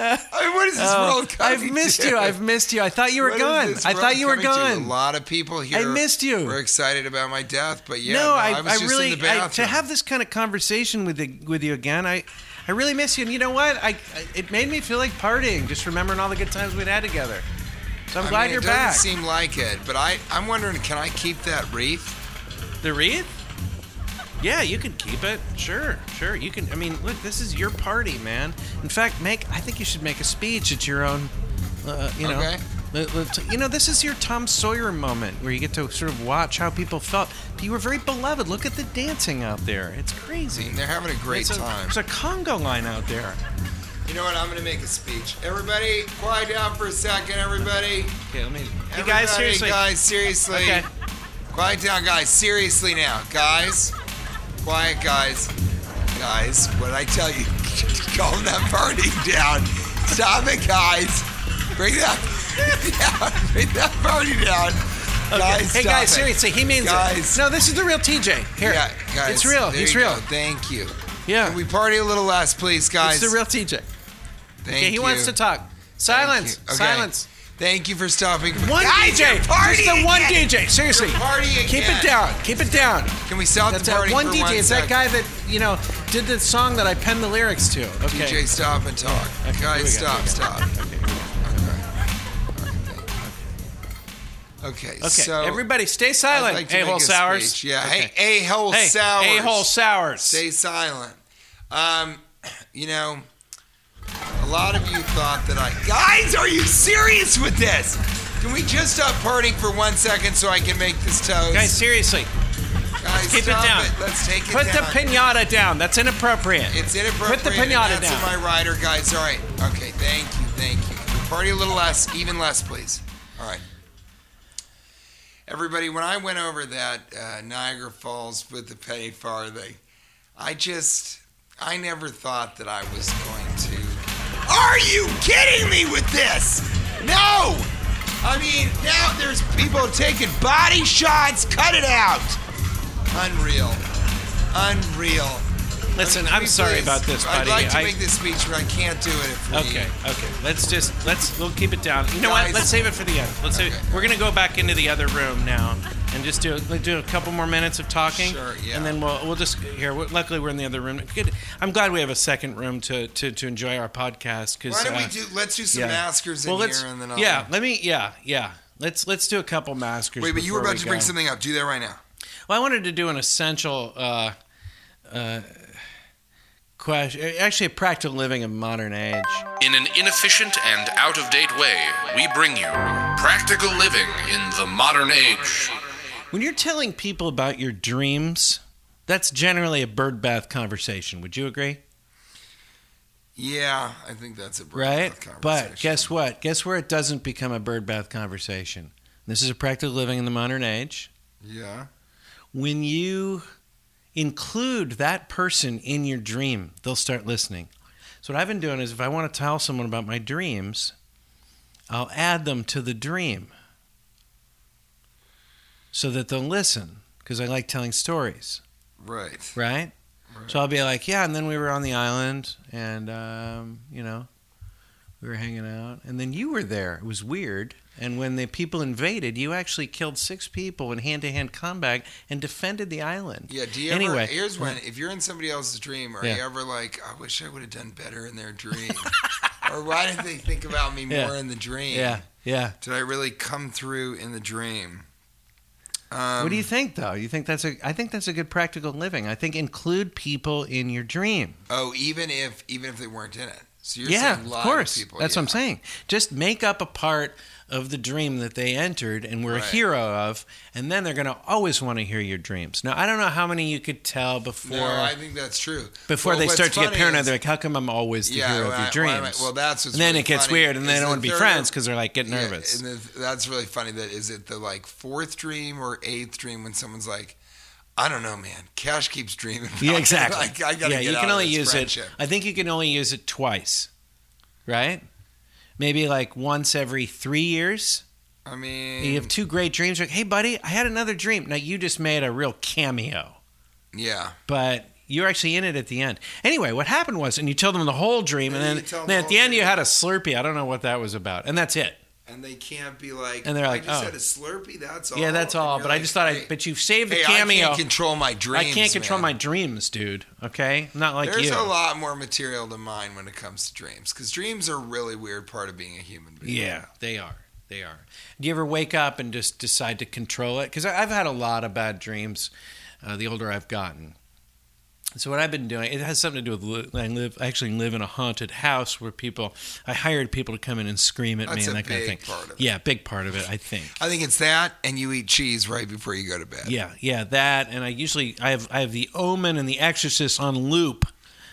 S3: I mean, what is this
S4: Oh,
S3: world coming
S4: I've missed
S3: to?
S4: you. I've missed you. I thought you were
S3: What is
S4: gone.
S3: this
S4: I
S3: world
S4: thought you were
S3: coming to?
S4: gone.
S3: A lot of people here.
S4: missed you.
S3: We're excited about my death, but yeah,
S4: no, I,
S3: was
S4: I
S3: just
S4: really
S3: in the
S4: I, to
S3: bathroom.
S4: have this kind of conversation with the, with you again. I, I really miss you, and you know what? I, I it made me feel like partying, just remembering all the good times we'd had together. So I'm
S3: I
S4: glad
S3: mean,
S4: you're
S3: it doesn't
S4: back.
S3: seem like it, but I, I'm wondering, can I keep that wreath?
S4: the wreath? Yeah, you can keep it. Sure, sure. You can. I mean, look, this is your party, man. In fact, make I think you should make a speech at your own. Uh, you know.
S3: Okay.
S4: Let- let's- You know, this is your Tom Sawyer moment where you get to sort of watch how people felt. You were very beloved. Look at the dancing out there; it's crazy.
S3: They're having a great
S4: It's a-
S3: time.
S4: There's a Congo line out there.
S3: You know what? I'm going to make a speech. Everybody, quiet down for a second, everybody.
S4: Okay, let me. Hey
S3: Everybody,
S4: guys, seriously.
S3: Guys, seriously.
S4: Okay.
S3: Quiet down, guys. Seriously now. Guys. Quiet, guys. Guys, what I tell you, calm that party down. Stop it, guys. Bring that down. Bring that party down. Guys,
S4: hey
S3: stop
S4: guys,
S3: it.
S4: seriously, he means
S3: Guys.
S4: it. No, this is the real TJ. Here,
S3: Yeah, guys.
S4: it's real.
S3: there
S4: He's
S3: you
S4: real.
S3: go. Thank you.
S4: Yeah,
S3: Can we party a little less, please, guys?
S4: it's the real TJ.
S3: Thank
S4: Okay, he
S3: you.
S4: wants to talk.
S3: Thank
S4: Silence.
S3: you. Okay.
S4: Silence.
S3: Thank you for stopping.
S4: One
S3: Guys,
S4: DJ.
S3: you're partying
S4: Just the one
S3: again.
S4: DJ. Seriously.
S3: You're partying
S4: Keep
S3: again.
S4: it down. Keep it down.
S3: Can we stop
S4: That's
S3: the
S4: that
S3: party
S4: one
S3: for
S4: DJ.
S3: one
S4: it's
S3: second?
S4: that guy that you know did the song that I penned the lyrics to. Okay.
S3: DJ, stop and talk.
S4: Okay, here we go.
S3: Guys, stop,
S4: Okay.
S3: stop.
S4: Okay.
S3: Okay. All right, thank you. Okay.
S4: Okay,
S3: So
S4: everybody, stay
S3: I'd
S4: silent.
S3: like to
S4: a hole
S3: make a
S4: sours.
S3: speech. Yeah.
S4: Okay.
S3: Hey, a hole
S4: hey,
S3: sours.
S4: a hole sours.
S3: Stay silent. Um, you know, a lot of you thought that I. Guys, are you serious with this? Can we just stop partying for one second so I can make this toast?
S4: Guys, seriously,
S3: Guys,
S4: keep it
S3: stop
S4: down.
S3: Let's take it
S4: put
S3: down.
S4: the pinata down. That's inappropriate.
S3: It's inappropriate.
S4: Put the
S3: and
S4: pinata
S3: that's
S4: down.
S3: in my rider, guys. All right. Okay. Thank you. Thank you. Party a little less, even less, please. All right. Everybody, when I went over that uh, Niagara Falls with the penny farthing, I just, I never thought that I was going to. Are you kidding me with this? No! I mean, now there's people taking body shots. Cut it out. Unreal. Unreal.
S4: Listen,
S3: Can
S4: I'm
S3: we
S4: sorry
S3: please-
S4: about this, buddy.
S3: I'd like to
S4: I-
S3: make this speech, but I can't do it if we.
S4: Okay, okay. Let's just let's we'll keep it down. You know
S3: Guys.
S4: what? Let's save it for the end. Let's save
S3: Okay.
S4: it. We're gonna go back into the other room now and just do like, do a couple more minutes of talking.
S3: Sure, yeah.
S4: And then we'll we'll just here. we luckily, we're in the other room. Good. I'm glad we have a second room to to, to enjoy our podcast. Cause,
S3: Why don't we
S4: uh,
S3: do? Let's do some
S4: yeah.
S3: maskers in
S4: Well, let's-
S3: here, and then I'll,
S4: yeah. Let me yeah yeah. Let's let's do a couple maskers.
S3: Wait, but you
S4: before
S3: were about
S4: we
S3: to bring
S4: go.
S3: something up. Do that right now.
S4: Well, I wanted to do an essential uh, uh, question. Actually, a practical living of modern age.
S2: In an inefficient and out of date way, we bring you practical living in the modern age.
S4: When you're telling people about your dreams, that's generally a birdbath conversation. Would you agree?
S3: Yeah, I think that's a
S4: Right?
S3: breath
S4: But
S3: conversation.
S4: guess what? Guess where it doesn't become a birdbath conversation? This is a practical living in the modern age.
S3: Yeah.
S4: When you include that person in your dream, they'll start listening. So, what I've been doing is if I want to tell someone about my dreams, I'll add them to the dream so that they'll listen because I like telling stories.
S3: Right.
S4: right?
S3: Right.
S4: So I'll be like, yeah, and then we were on the island, and um, you know, we were hanging out, and then you were there. It was weird. And when the people invaded, you actually killed six people in hand-to-hand combat and defended the island.
S3: Yeah. Do you
S4: Anyway.
S3: ever? Here's when. If you're in somebody else's dream, are
S4: Yeah.
S3: you ever like, I wish I would have done better in their dream, or why did they think about me more
S4: Yeah.
S3: in the dream?
S4: Yeah, yeah.
S3: Did I really come through in the dream? Um,
S4: what do you think, though? You think that's a? I think that's a good practical living. I think include people in your dream.
S3: Oh, even if even if they weren't in it. So you're
S4: yeah,
S3: saying
S4: of
S3: live
S4: course.
S3: people.
S4: That's
S3: yeah.
S4: what I'm saying. Just make up a part of the dream that they entered and were a
S3: Right.
S4: hero of, and then they're going to always want to hear your dreams. Now, I don't know how many you could tell before
S3: No, I think that's true.
S4: before
S3: Well,
S4: they
S3: what's
S4: start to get
S3: funny
S4: paranoid.
S3: is-
S4: They're like, "How come I'm always the
S3: yeah,
S4: hero of
S3: right,
S4: your
S3: right,
S4: dreams?"
S3: right. Well, that's what's
S4: and then
S3: really
S4: it gets
S3: funny
S4: weird, and
S3: is
S4: they don't
S3: the
S4: want to be
S3: third-
S4: friends because they're like get
S3: yeah,
S4: nervous.
S3: and the, that's really funny. That is it. The like fourth dream or eighth dream when someone's like, I don't know, man. Cash keeps dreaming. About
S4: Yeah, exactly.
S3: Like, I gotta
S4: yeah,
S3: get
S4: you
S3: out
S4: can
S3: of
S4: only
S3: this
S4: use
S3: friendship.
S4: it. I think you can only use it twice, right? Maybe like once every three years.
S3: I mean,
S4: You have two great dreams. Like, hey, buddy, I had another dream. Now you just made a real cameo,
S3: yeah,
S4: but you're actually in it at the end. Anyway, what happened was, and you tell them the whole dream, and
S3: Then
S4: then,
S3: you tell them
S4: then
S3: the
S4: at the
S3: whole
S4: end you
S3: dream.
S4: had a Slurpee. I don't know what that was about, and that's it.
S3: and they can't be like.
S4: And they're
S3: I
S4: like,
S3: just
S4: oh.
S3: had a Slurpee. That's all.
S4: yeah, that's
S3: And
S4: all.
S3: you're
S4: But I
S3: like,
S4: just thought
S3: Oh, hey,
S4: I. But you've saved the
S3: hey, I
S4: cameo.
S3: can't control my dreams.
S4: I can't control
S3: man.
S4: my dreams, dude. Okay, I'm not like
S3: There's
S4: you.
S3: a lot more material to mine when it comes to dreams because dreams are a really weird part of being a human being.
S4: Yeah, they are. They are. Do you ever wake up and just decide to control it? Because I've had a lot of bad dreams uh, the older I've gotten. So what I've been doing, it has something to do with li- I live I actually live in a haunted house where people I hired people to come in and scream at me
S3: That's a
S4: and that kind of thing.
S3: big part of it.
S4: yeah, big part of it, I think.
S3: I think it's that, and you eat cheese right before you go to bed.
S4: Yeah, yeah, that and I usually I have I have the Omen and the Exorcist on loop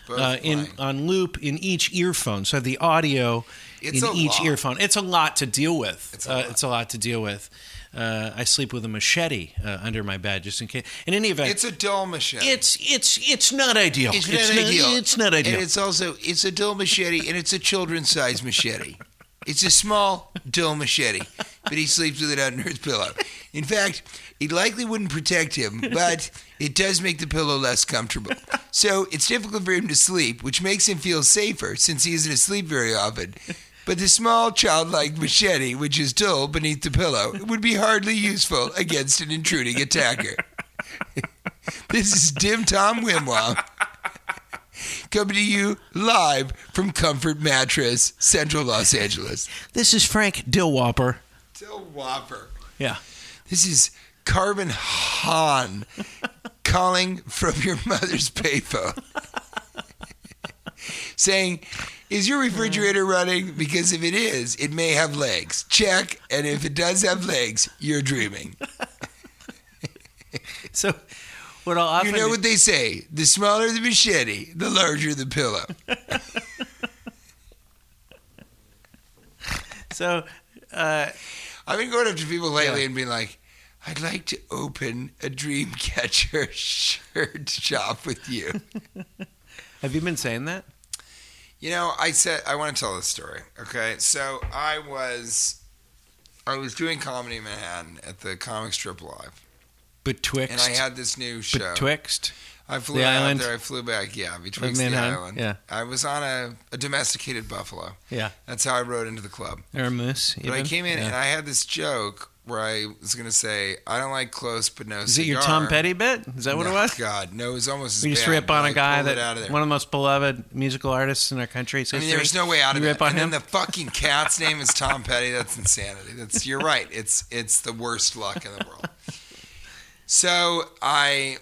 S3: Both
S4: uh, in
S3: fine.
S4: on loop in each earphone. So I have the audio
S3: It's
S4: in
S3: a
S4: each
S3: lot.
S4: earphone. It's a lot to deal with.
S3: It's
S4: It's
S3: a
S4: a,
S3: lot.
S4: uh, it's a lot to deal with. Uh, I sleep with a machete uh, under my bed just in case. In any event,
S3: it's a dull machete.
S4: it's it's it's not ideal.
S3: It's not ideal.
S4: It's not ideal.
S3: and it's also it's a dull machete, and it's a children's size machete. It's a small dull machete, but he sleeps with it under his pillow. In fact, it likely wouldn't protect him, but it does make the pillow less comfortable. So it's difficult for him to sleep, which makes him feel safer since he isn't asleep very often. But the small childlike machete, which is dull beneath the pillow, would be hardly useful against an intruding attacker. This is Dim Tom Wimwam coming to you live from Comfort Mattress, Central Los Angeles.
S4: this is Frank Dillwhopper.
S3: Still Whopper.
S4: Yeah.
S3: This is Carbon Hahn calling from your mother's payphone. Saying, is your refrigerator running? Because if it is, it may have legs. Check. And if it does have legs, you're dreaming.
S4: So, what I'll often
S3: You know what they say the smaller the machete, the larger the pillow.
S4: so
S3: I've been going up to people lately and being like, I'd like to open a Dreamcatcher shirt shop with you.
S4: have you been saying that?
S3: You know, I said I want to tell this story. Okay, so I was I was doing comedy in Manhattan at the Comic Strip Live,
S4: Betwixt,
S3: and I had uh, this new show.
S4: betwixt.
S3: I flew
S4: the
S3: out
S4: island
S3: there, I flew back. Yeah, between
S4: of
S3: the
S4: Manhattan,
S3: island.
S4: yeah.
S3: I was on a, a domesticated buffalo.
S4: Yeah.
S3: That's how I rode into the club.
S4: Aramus.
S3: But I
S4: even?
S3: came in
S4: Yeah.
S3: and I had this joke where I was going to say I don't like close but no.
S4: Is it your Tom Petty bit? Is that what
S3: no,
S4: it was?
S3: God, no, it was almost. As
S4: We just
S3: bad,
S4: rip
S3: but
S4: on
S3: I
S4: a guy
S3: pulled it out of
S4: that
S3: there.
S4: one of the most beloved musical artists in our country's
S3: I mean,
S4: history.
S3: there's no way out of
S4: you
S3: it.
S4: rip on
S3: and
S4: him.
S3: then the fucking cat's name is Tom Petty. That's insanity. That's you're right. It's it's the worst luck in the world. So I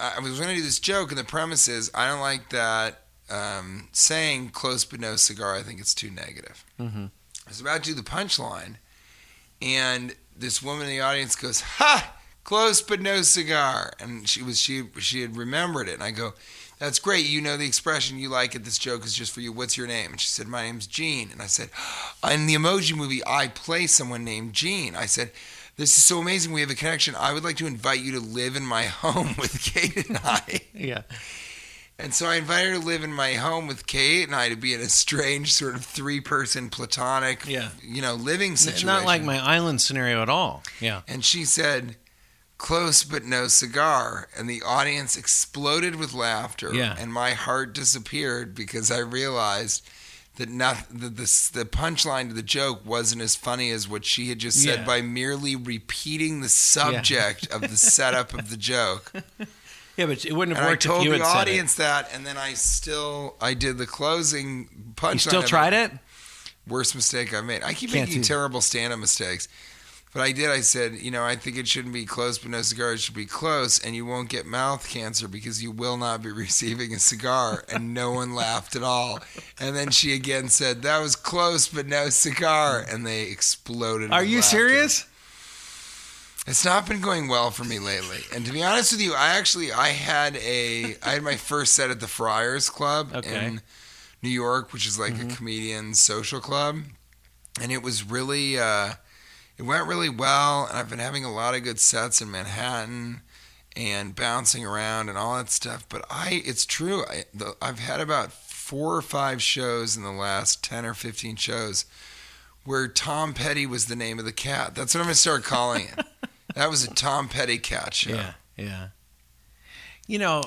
S3: I was going to do this joke, and the premise is I don't like that um, saying "close but no cigar." I think it's too negative.
S4: Mhm.
S3: I was about to do the punchline, and this woman in the audience goes, "Ha! Close but no cigar." And she was she she had remembered it, and I go, that's great. You know the expression you like it. This joke is just for you. What's your name? And she said, My name's Gene. And I said, In the emoji movie, I play someone named Gene. I said, This is so amazing. We have a connection. I would like to invite you to live in my home with Kate and I.
S4: yeah.
S3: And so I invited her to live in my home with Kate and I to be in a strange sort of three person platonic,
S4: Yeah.
S3: you know, living
S4: It's
S3: situation.
S4: not like my island scenario at all. Yeah.
S3: And she said, Close but no cigar. And the audience exploded with laughter.
S4: Yeah.
S3: And my heart disappeared because I realized that not that this, the punchline to the joke wasn't as funny as what she had just said
S4: Yeah.
S3: by merely repeating the subject of the setup of the joke.
S4: Yeah, but it wouldn't
S3: And
S4: have
S3: I
S4: worked if
S3: told
S4: you
S3: the
S4: had
S3: audience that, and then I still I did the closing
S4: said it.
S3: punchline.
S4: You still
S3: of
S4: tried it?
S3: worst mistake I made. I keep
S4: Can't
S3: making
S4: do-
S3: terrible stand-up mistakes, but I did. I said, you know, I think it shouldn't be close, but no cigar. It should be close, and you won't get mouth cancer because you will not be receiving a cigar. And no one laughed at all. And then she again said, "That was close, but no cigar," and they exploded.
S4: Are
S3: with
S4: you
S3: laughter.
S4: serious?
S3: It's not been going well for me lately. And to be honest with you, I actually I had a I had my first set at the Friars Club
S4: Okay.
S3: in New York, which is like a comedian social club. And it was really uh it went really well and I've been having a lot of good sets in Manhattan and bouncing around and all that stuff, but I it's true. I the, I've had about 4 or 5 shows in the last 10 or 15 shows where Tom Petty was the name of the cat. That's what I'm going to start calling it. That was a Tom Petty cat show.
S4: Yeah. Yeah. You know,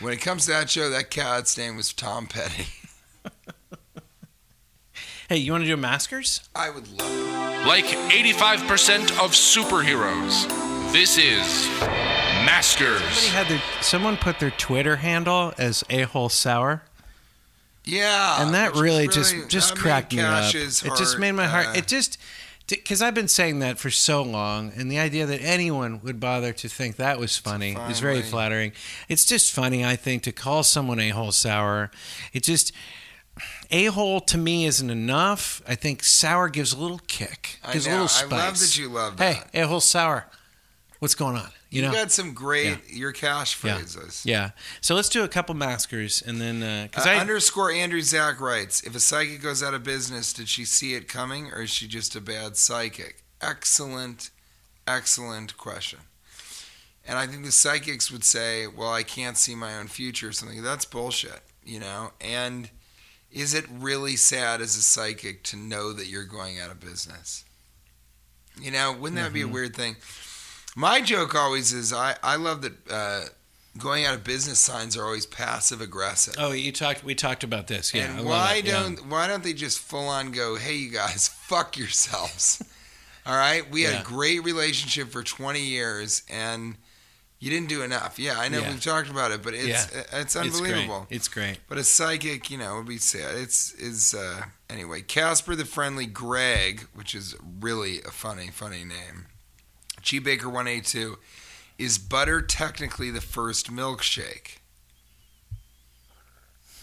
S3: When it comes to that show, that cat's name was Tom Petty.
S4: hey, you want to do maskers?
S3: I would love it.
S2: Like 85% of superheroes, this is
S4: Somebody
S2: Maskers.
S4: had their someone put their Twitter handle as a hole sour.
S3: Yeah.
S4: and that
S3: which is
S4: really just
S3: that
S4: just
S3: made
S4: cracked me up.
S3: Cash's
S4: it just
S3: heart,
S4: made my heart.
S3: uh,
S4: it just because I've been saying that for so long, and the idea that anyone would bother to think that was funny
S3: fine
S4: is very
S3: way.
S4: flattering. It's just funny, I think, to call someone a hole sour. It just a hole to me isn't enough. I think sour gives a little kick,
S3: I
S4: gives a
S3: know.
S4: little spice.
S3: I love that you love that.
S4: Hey, a hole sour. What's going on?
S3: you
S4: You, know.
S3: got some great your cash phrases.
S4: yeah. So let's do a couple maskers, and then because
S3: Uh,
S4: I
S3: underscore Andrew Zach writes: If a psychic goes out of business, did she see it coming, or is she just a bad psychic? Excellent, excellent question. And I think the psychics would say, "Well, I can't see my own future," or something. That's bullshit, you know. And is it really sad as a psychic to know that you're going out of business? You know, wouldn't that be a weird thing? My joke always is I, I love that uh, going out of business signs are always passive aggressive.
S4: oh you talked we talked about this. Yeah. I
S3: and
S4: love
S3: why
S4: it. Yeah.
S3: don't why don't they just full on go, hey you guys, fuck yourselves. All right? We had
S4: Yeah.
S3: a great relationship for twenty years and you didn't do enough. Yeah, I know
S4: Yeah.
S3: we've talked about it, but it's uh, it's unbelievable.
S4: It's great.
S3: But a psychic, you know, would be sad. It's is uh anyway, Casper the Friendly Greg, which is really a funny, funny name. G Baker 182, is butter technically the first milkshake?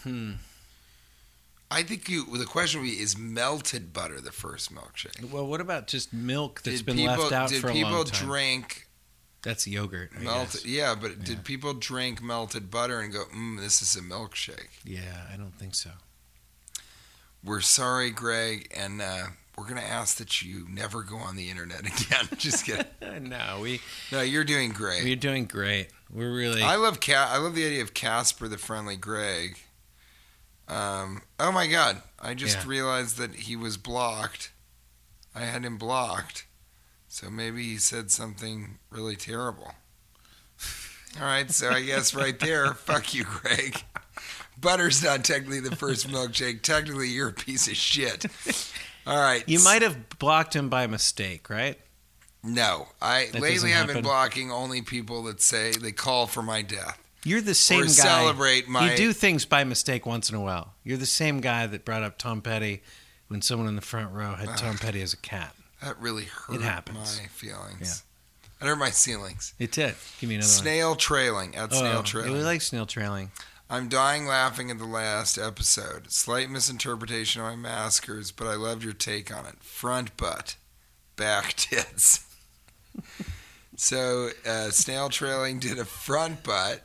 S4: Hmm.
S3: I think you. The question would be: Is melted butter the first milkshake?
S4: Well, what about just milk that's
S3: Did
S4: been
S3: people,
S4: left out
S3: did
S4: for a
S3: people
S4: long time?
S3: drink
S4: That's yogurt. I
S3: melted?
S4: guess.
S3: Yeah, but
S4: Yeah.
S3: did people drink melted butter and go, mm, "This is a milkshake"?
S4: Yeah, I don't think so.
S3: we're sorry, Greg, and uh, we're gonna ask that you never go on the internet again. Just kidding.
S4: no, we
S3: No, you're doing great.
S4: we're doing great. We're really
S3: I love Ca- I love the idea of Casper the friendly Greg. Um, oh my God! I just
S4: Yeah.
S3: realized that he was blocked. I had him blocked, so maybe he said something really terrible. All right, so I guess right there, fuck you, Greg. Butter's not technically the first milkshake. Technically, you're a piece of shit. All right.
S4: You might have blocked him by mistake, right?
S3: No, I
S4: That doesn't
S3: lately I've been
S4: happen.
S3: blocking only people that say they call for my death
S4: You're the same
S3: or
S4: guy.
S3: celebrate my.
S4: You do things by mistake once in a while. You're the same guy that brought up Tom Petty when someone in the front row had Tom Petty as a cat.
S3: That really hurt
S4: It happens.
S3: my feelings. It hurt my ceilings.
S4: It did. Give me another
S3: Snail trailing at
S4: one.
S3: snail
S4: oh,
S3: trailing.
S4: We like snail trailing.
S3: I'm dying laughing at the last episode. Slight misinterpretation of my maskers, but I loved your take on it. Front butt, back tits. so uh, snail trailing did a front butt.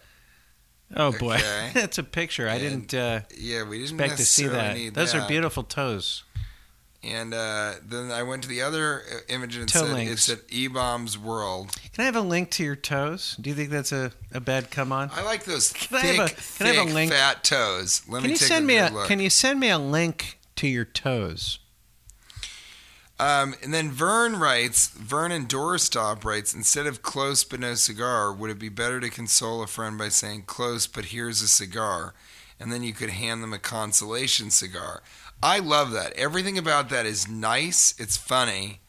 S4: Oh boy,
S3: Okay.
S4: that's a picture. I
S3: And
S4: didn't uh,
S3: Yeah, we didn't
S4: expect to see
S3: necessarily
S4: that.
S3: need
S4: Those
S3: that.
S4: are beautiful toes.
S3: And uh, then I went to the other uh, image and it
S4: Toe
S3: said, it
S4: links.
S3: said E-Bomb's World.
S4: Can I have a link to your toes? Do you think that's a, a bad come on?
S3: I like those
S4: I
S3: thick,
S4: have a- can I have a
S3: thick,
S4: link?
S3: fat toes. Let
S4: Can
S3: me
S4: you
S3: take
S4: send
S3: a
S4: me a
S3: good look.
S4: Can you send me a link to your toes?
S3: um, and then Vern writes, Vern and Doorstop writes, instead of close but no cigar, would it be better to console a friend by saying close but here's a cigar? And then you could hand them a consolation cigar. I love that. Everything about that is nice. It's funny.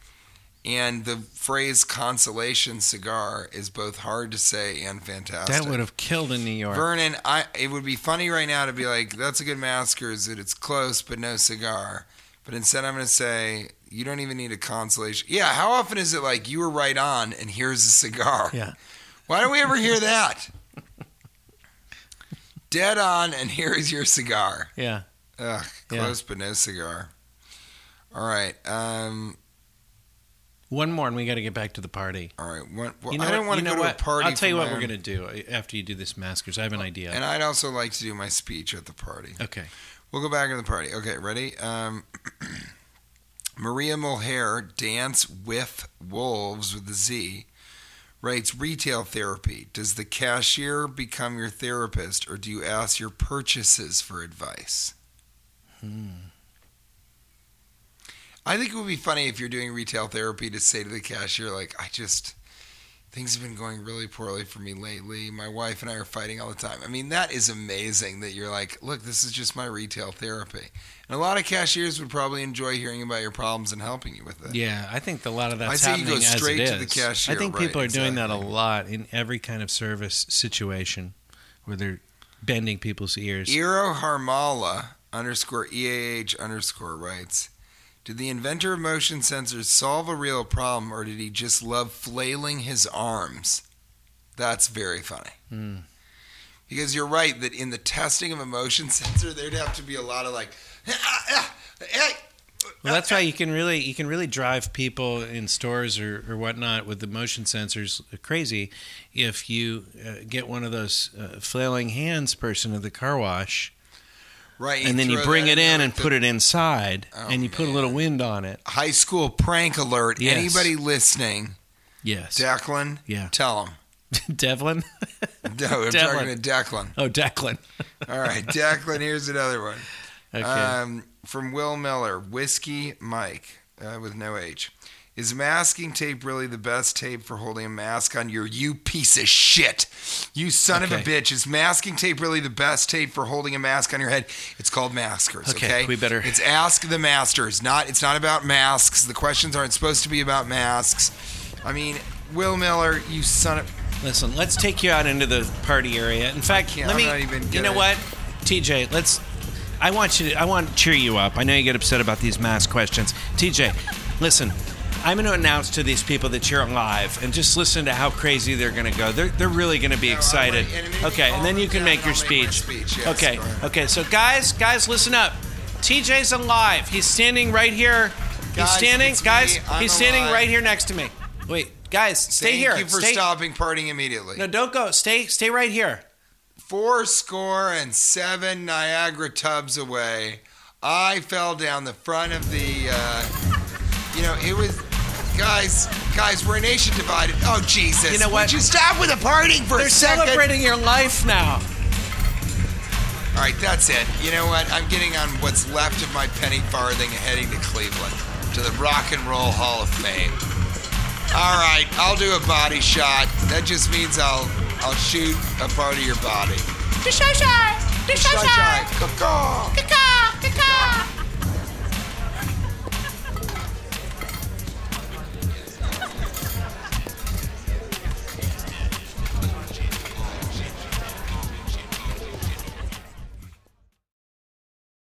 S3: And the phrase consolation cigar is both hard to say and fantastic.
S4: That would have killed in New York.
S3: Vernon, I it would be funny right now to be like, "That's a good Maskers." That it's close, but no cigar. But instead, I'm going to say, "You don't even need a consolation." Yeah, how often is it like you were right on, and here's a cigar?
S4: Yeah.
S3: Why don't we ever hear that? Dead on, and here is your cigar.
S4: yeah.
S3: Ugh,
S4: Yeah.
S3: close but no cigar. All right. Um.
S4: One more, and we got to get back to the party.
S3: All right. One, well,
S4: you know
S3: I don't
S4: what?
S3: want
S4: you
S3: to
S4: know
S3: go
S4: what?
S3: to a party.
S4: I'll tell you
S3: for Oh,
S4: what
S3: my
S4: we're
S3: own-
S4: gonna do uh, after you do this maskers. I have an idea.
S3: And I'd also like to do my speech at the party.
S4: okay.
S3: We'll go back to the party. Okay, ready? Um, Maria Mulhare, Dance with Wolves with a Z, writes retail therapy. Does the cashier become your therapist or do you ask your purchases for advice? Hmm. I think it would be funny if you're doing retail therapy to say to the cashier, like, I just, things have been going really poorly for me lately. My wife and I are fighting all the time. I mean, that is amazing that you're like, look, this is just my retail therapy. And a lot of cashiers would probably enjoy hearing about your problems and helping you with it.
S4: Yeah, I think a lot of that's
S3: I say you
S4: happening
S3: go straight
S4: as
S3: to
S4: it
S3: the
S4: is.
S3: cashier,
S4: I think
S3: right,
S4: people are doing that a lot in every kind of service situation where they're bending people's ears.
S3: Iro Harmala underscore EAH underscore writes, did the inventor of motion sensors solve a real problem or did he just love flailing his arms? That's very funny.
S4: Hmm.
S3: Because you're right that in the testing of a motion sensor, there'd have to be a lot of like, "Ah, ah, ah,
S4: Well, that's why you can really you can really drive people in stores or, or whatnot with the motion sensors crazy if you uh, get one of those uh, flailing hands person at the car wash
S3: ah," Right,
S4: and then you
S3: throw
S4: bring
S3: that
S4: it in
S3: there
S4: and
S3: with
S4: put
S3: the
S4: it inside
S3: Oh,
S4: and you put a little wind on it.
S3: High school prank alert.
S4: Yes.
S3: Anybody listening,
S4: Yes,
S3: Declan?
S4: Yeah.
S3: tell him.
S4: Devlin.
S3: No, I'm
S4: Declan.
S3: talking to Declan.
S4: oh, Declan.
S3: All right, Declan. Here's another one.
S4: Okay.
S3: Um, from Will Miller, Whiskey Mike uh, with no H. Is masking tape really the best tape for holding a mask on your you piece of shit? You son of a
S4: Okay.
S3: bitch. Is masking tape really the best tape for holding a mask on your head? It's called maskers, okay?
S4: Okay, we better-
S3: It's ask the masters. Not it's not about masks. The questions aren't supposed to be about masks. I mean, Will Miller, you son of
S4: Listen, let's take you out into the party area. In fact,
S3: can't-
S4: let
S3: I'm
S4: me.
S3: not even
S4: you know
S3: gonna-
S4: what, TJ? Let's. I want you. To, I want to cheer you up. I know you get upset about these mask questions, TJ. Listen,
S5: I'm going to announce to these people that you're alive and just listen to how crazy they're going to go. They're, they're really going to be
S3: No, I
S5: excited.
S3: want- and if you
S5: okay, and then
S3: calm
S5: you can
S3: down,
S5: make your
S3: I'll make my
S5: speech.
S3: speech, yes,
S5: okay,
S3: go ahead.
S5: okay. So guys, guys, listen up. TJ's alive. He's standing right here.
S3: Guys,
S5: he's standing,
S3: it's me.
S5: guys.
S3: I'm
S5: He's standing
S3: alive.
S5: right here next to me. Wait, guys, stay
S3: Thank
S5: here.
S3: you for
S5: stay.
S3: stopping partying immediately.
S5: No, don't go. Stay, stay right here.
S3: Four score and seven Niagara tubs away, I fell down the front of the. Uh, you know, it was. Guys, guys, we're a nation divided. Oh Jesus!
S5: You know what?
S3: Would you stop with the partying for
S5: They're
S3: a second?
S5: celebrating your life now.
S3: All right, that's it. You know what? I'm getting on what's left of my penny farthing and heading to Cleveland to the Rock and Roll Hall of Fame. All right, I'll do a body shot. That just means I'll I'll shoot a part of your body.
S6: Dishashai! Dishashai!
S3: Shot, shot. Caw, caw.
S6: Caca! Caca!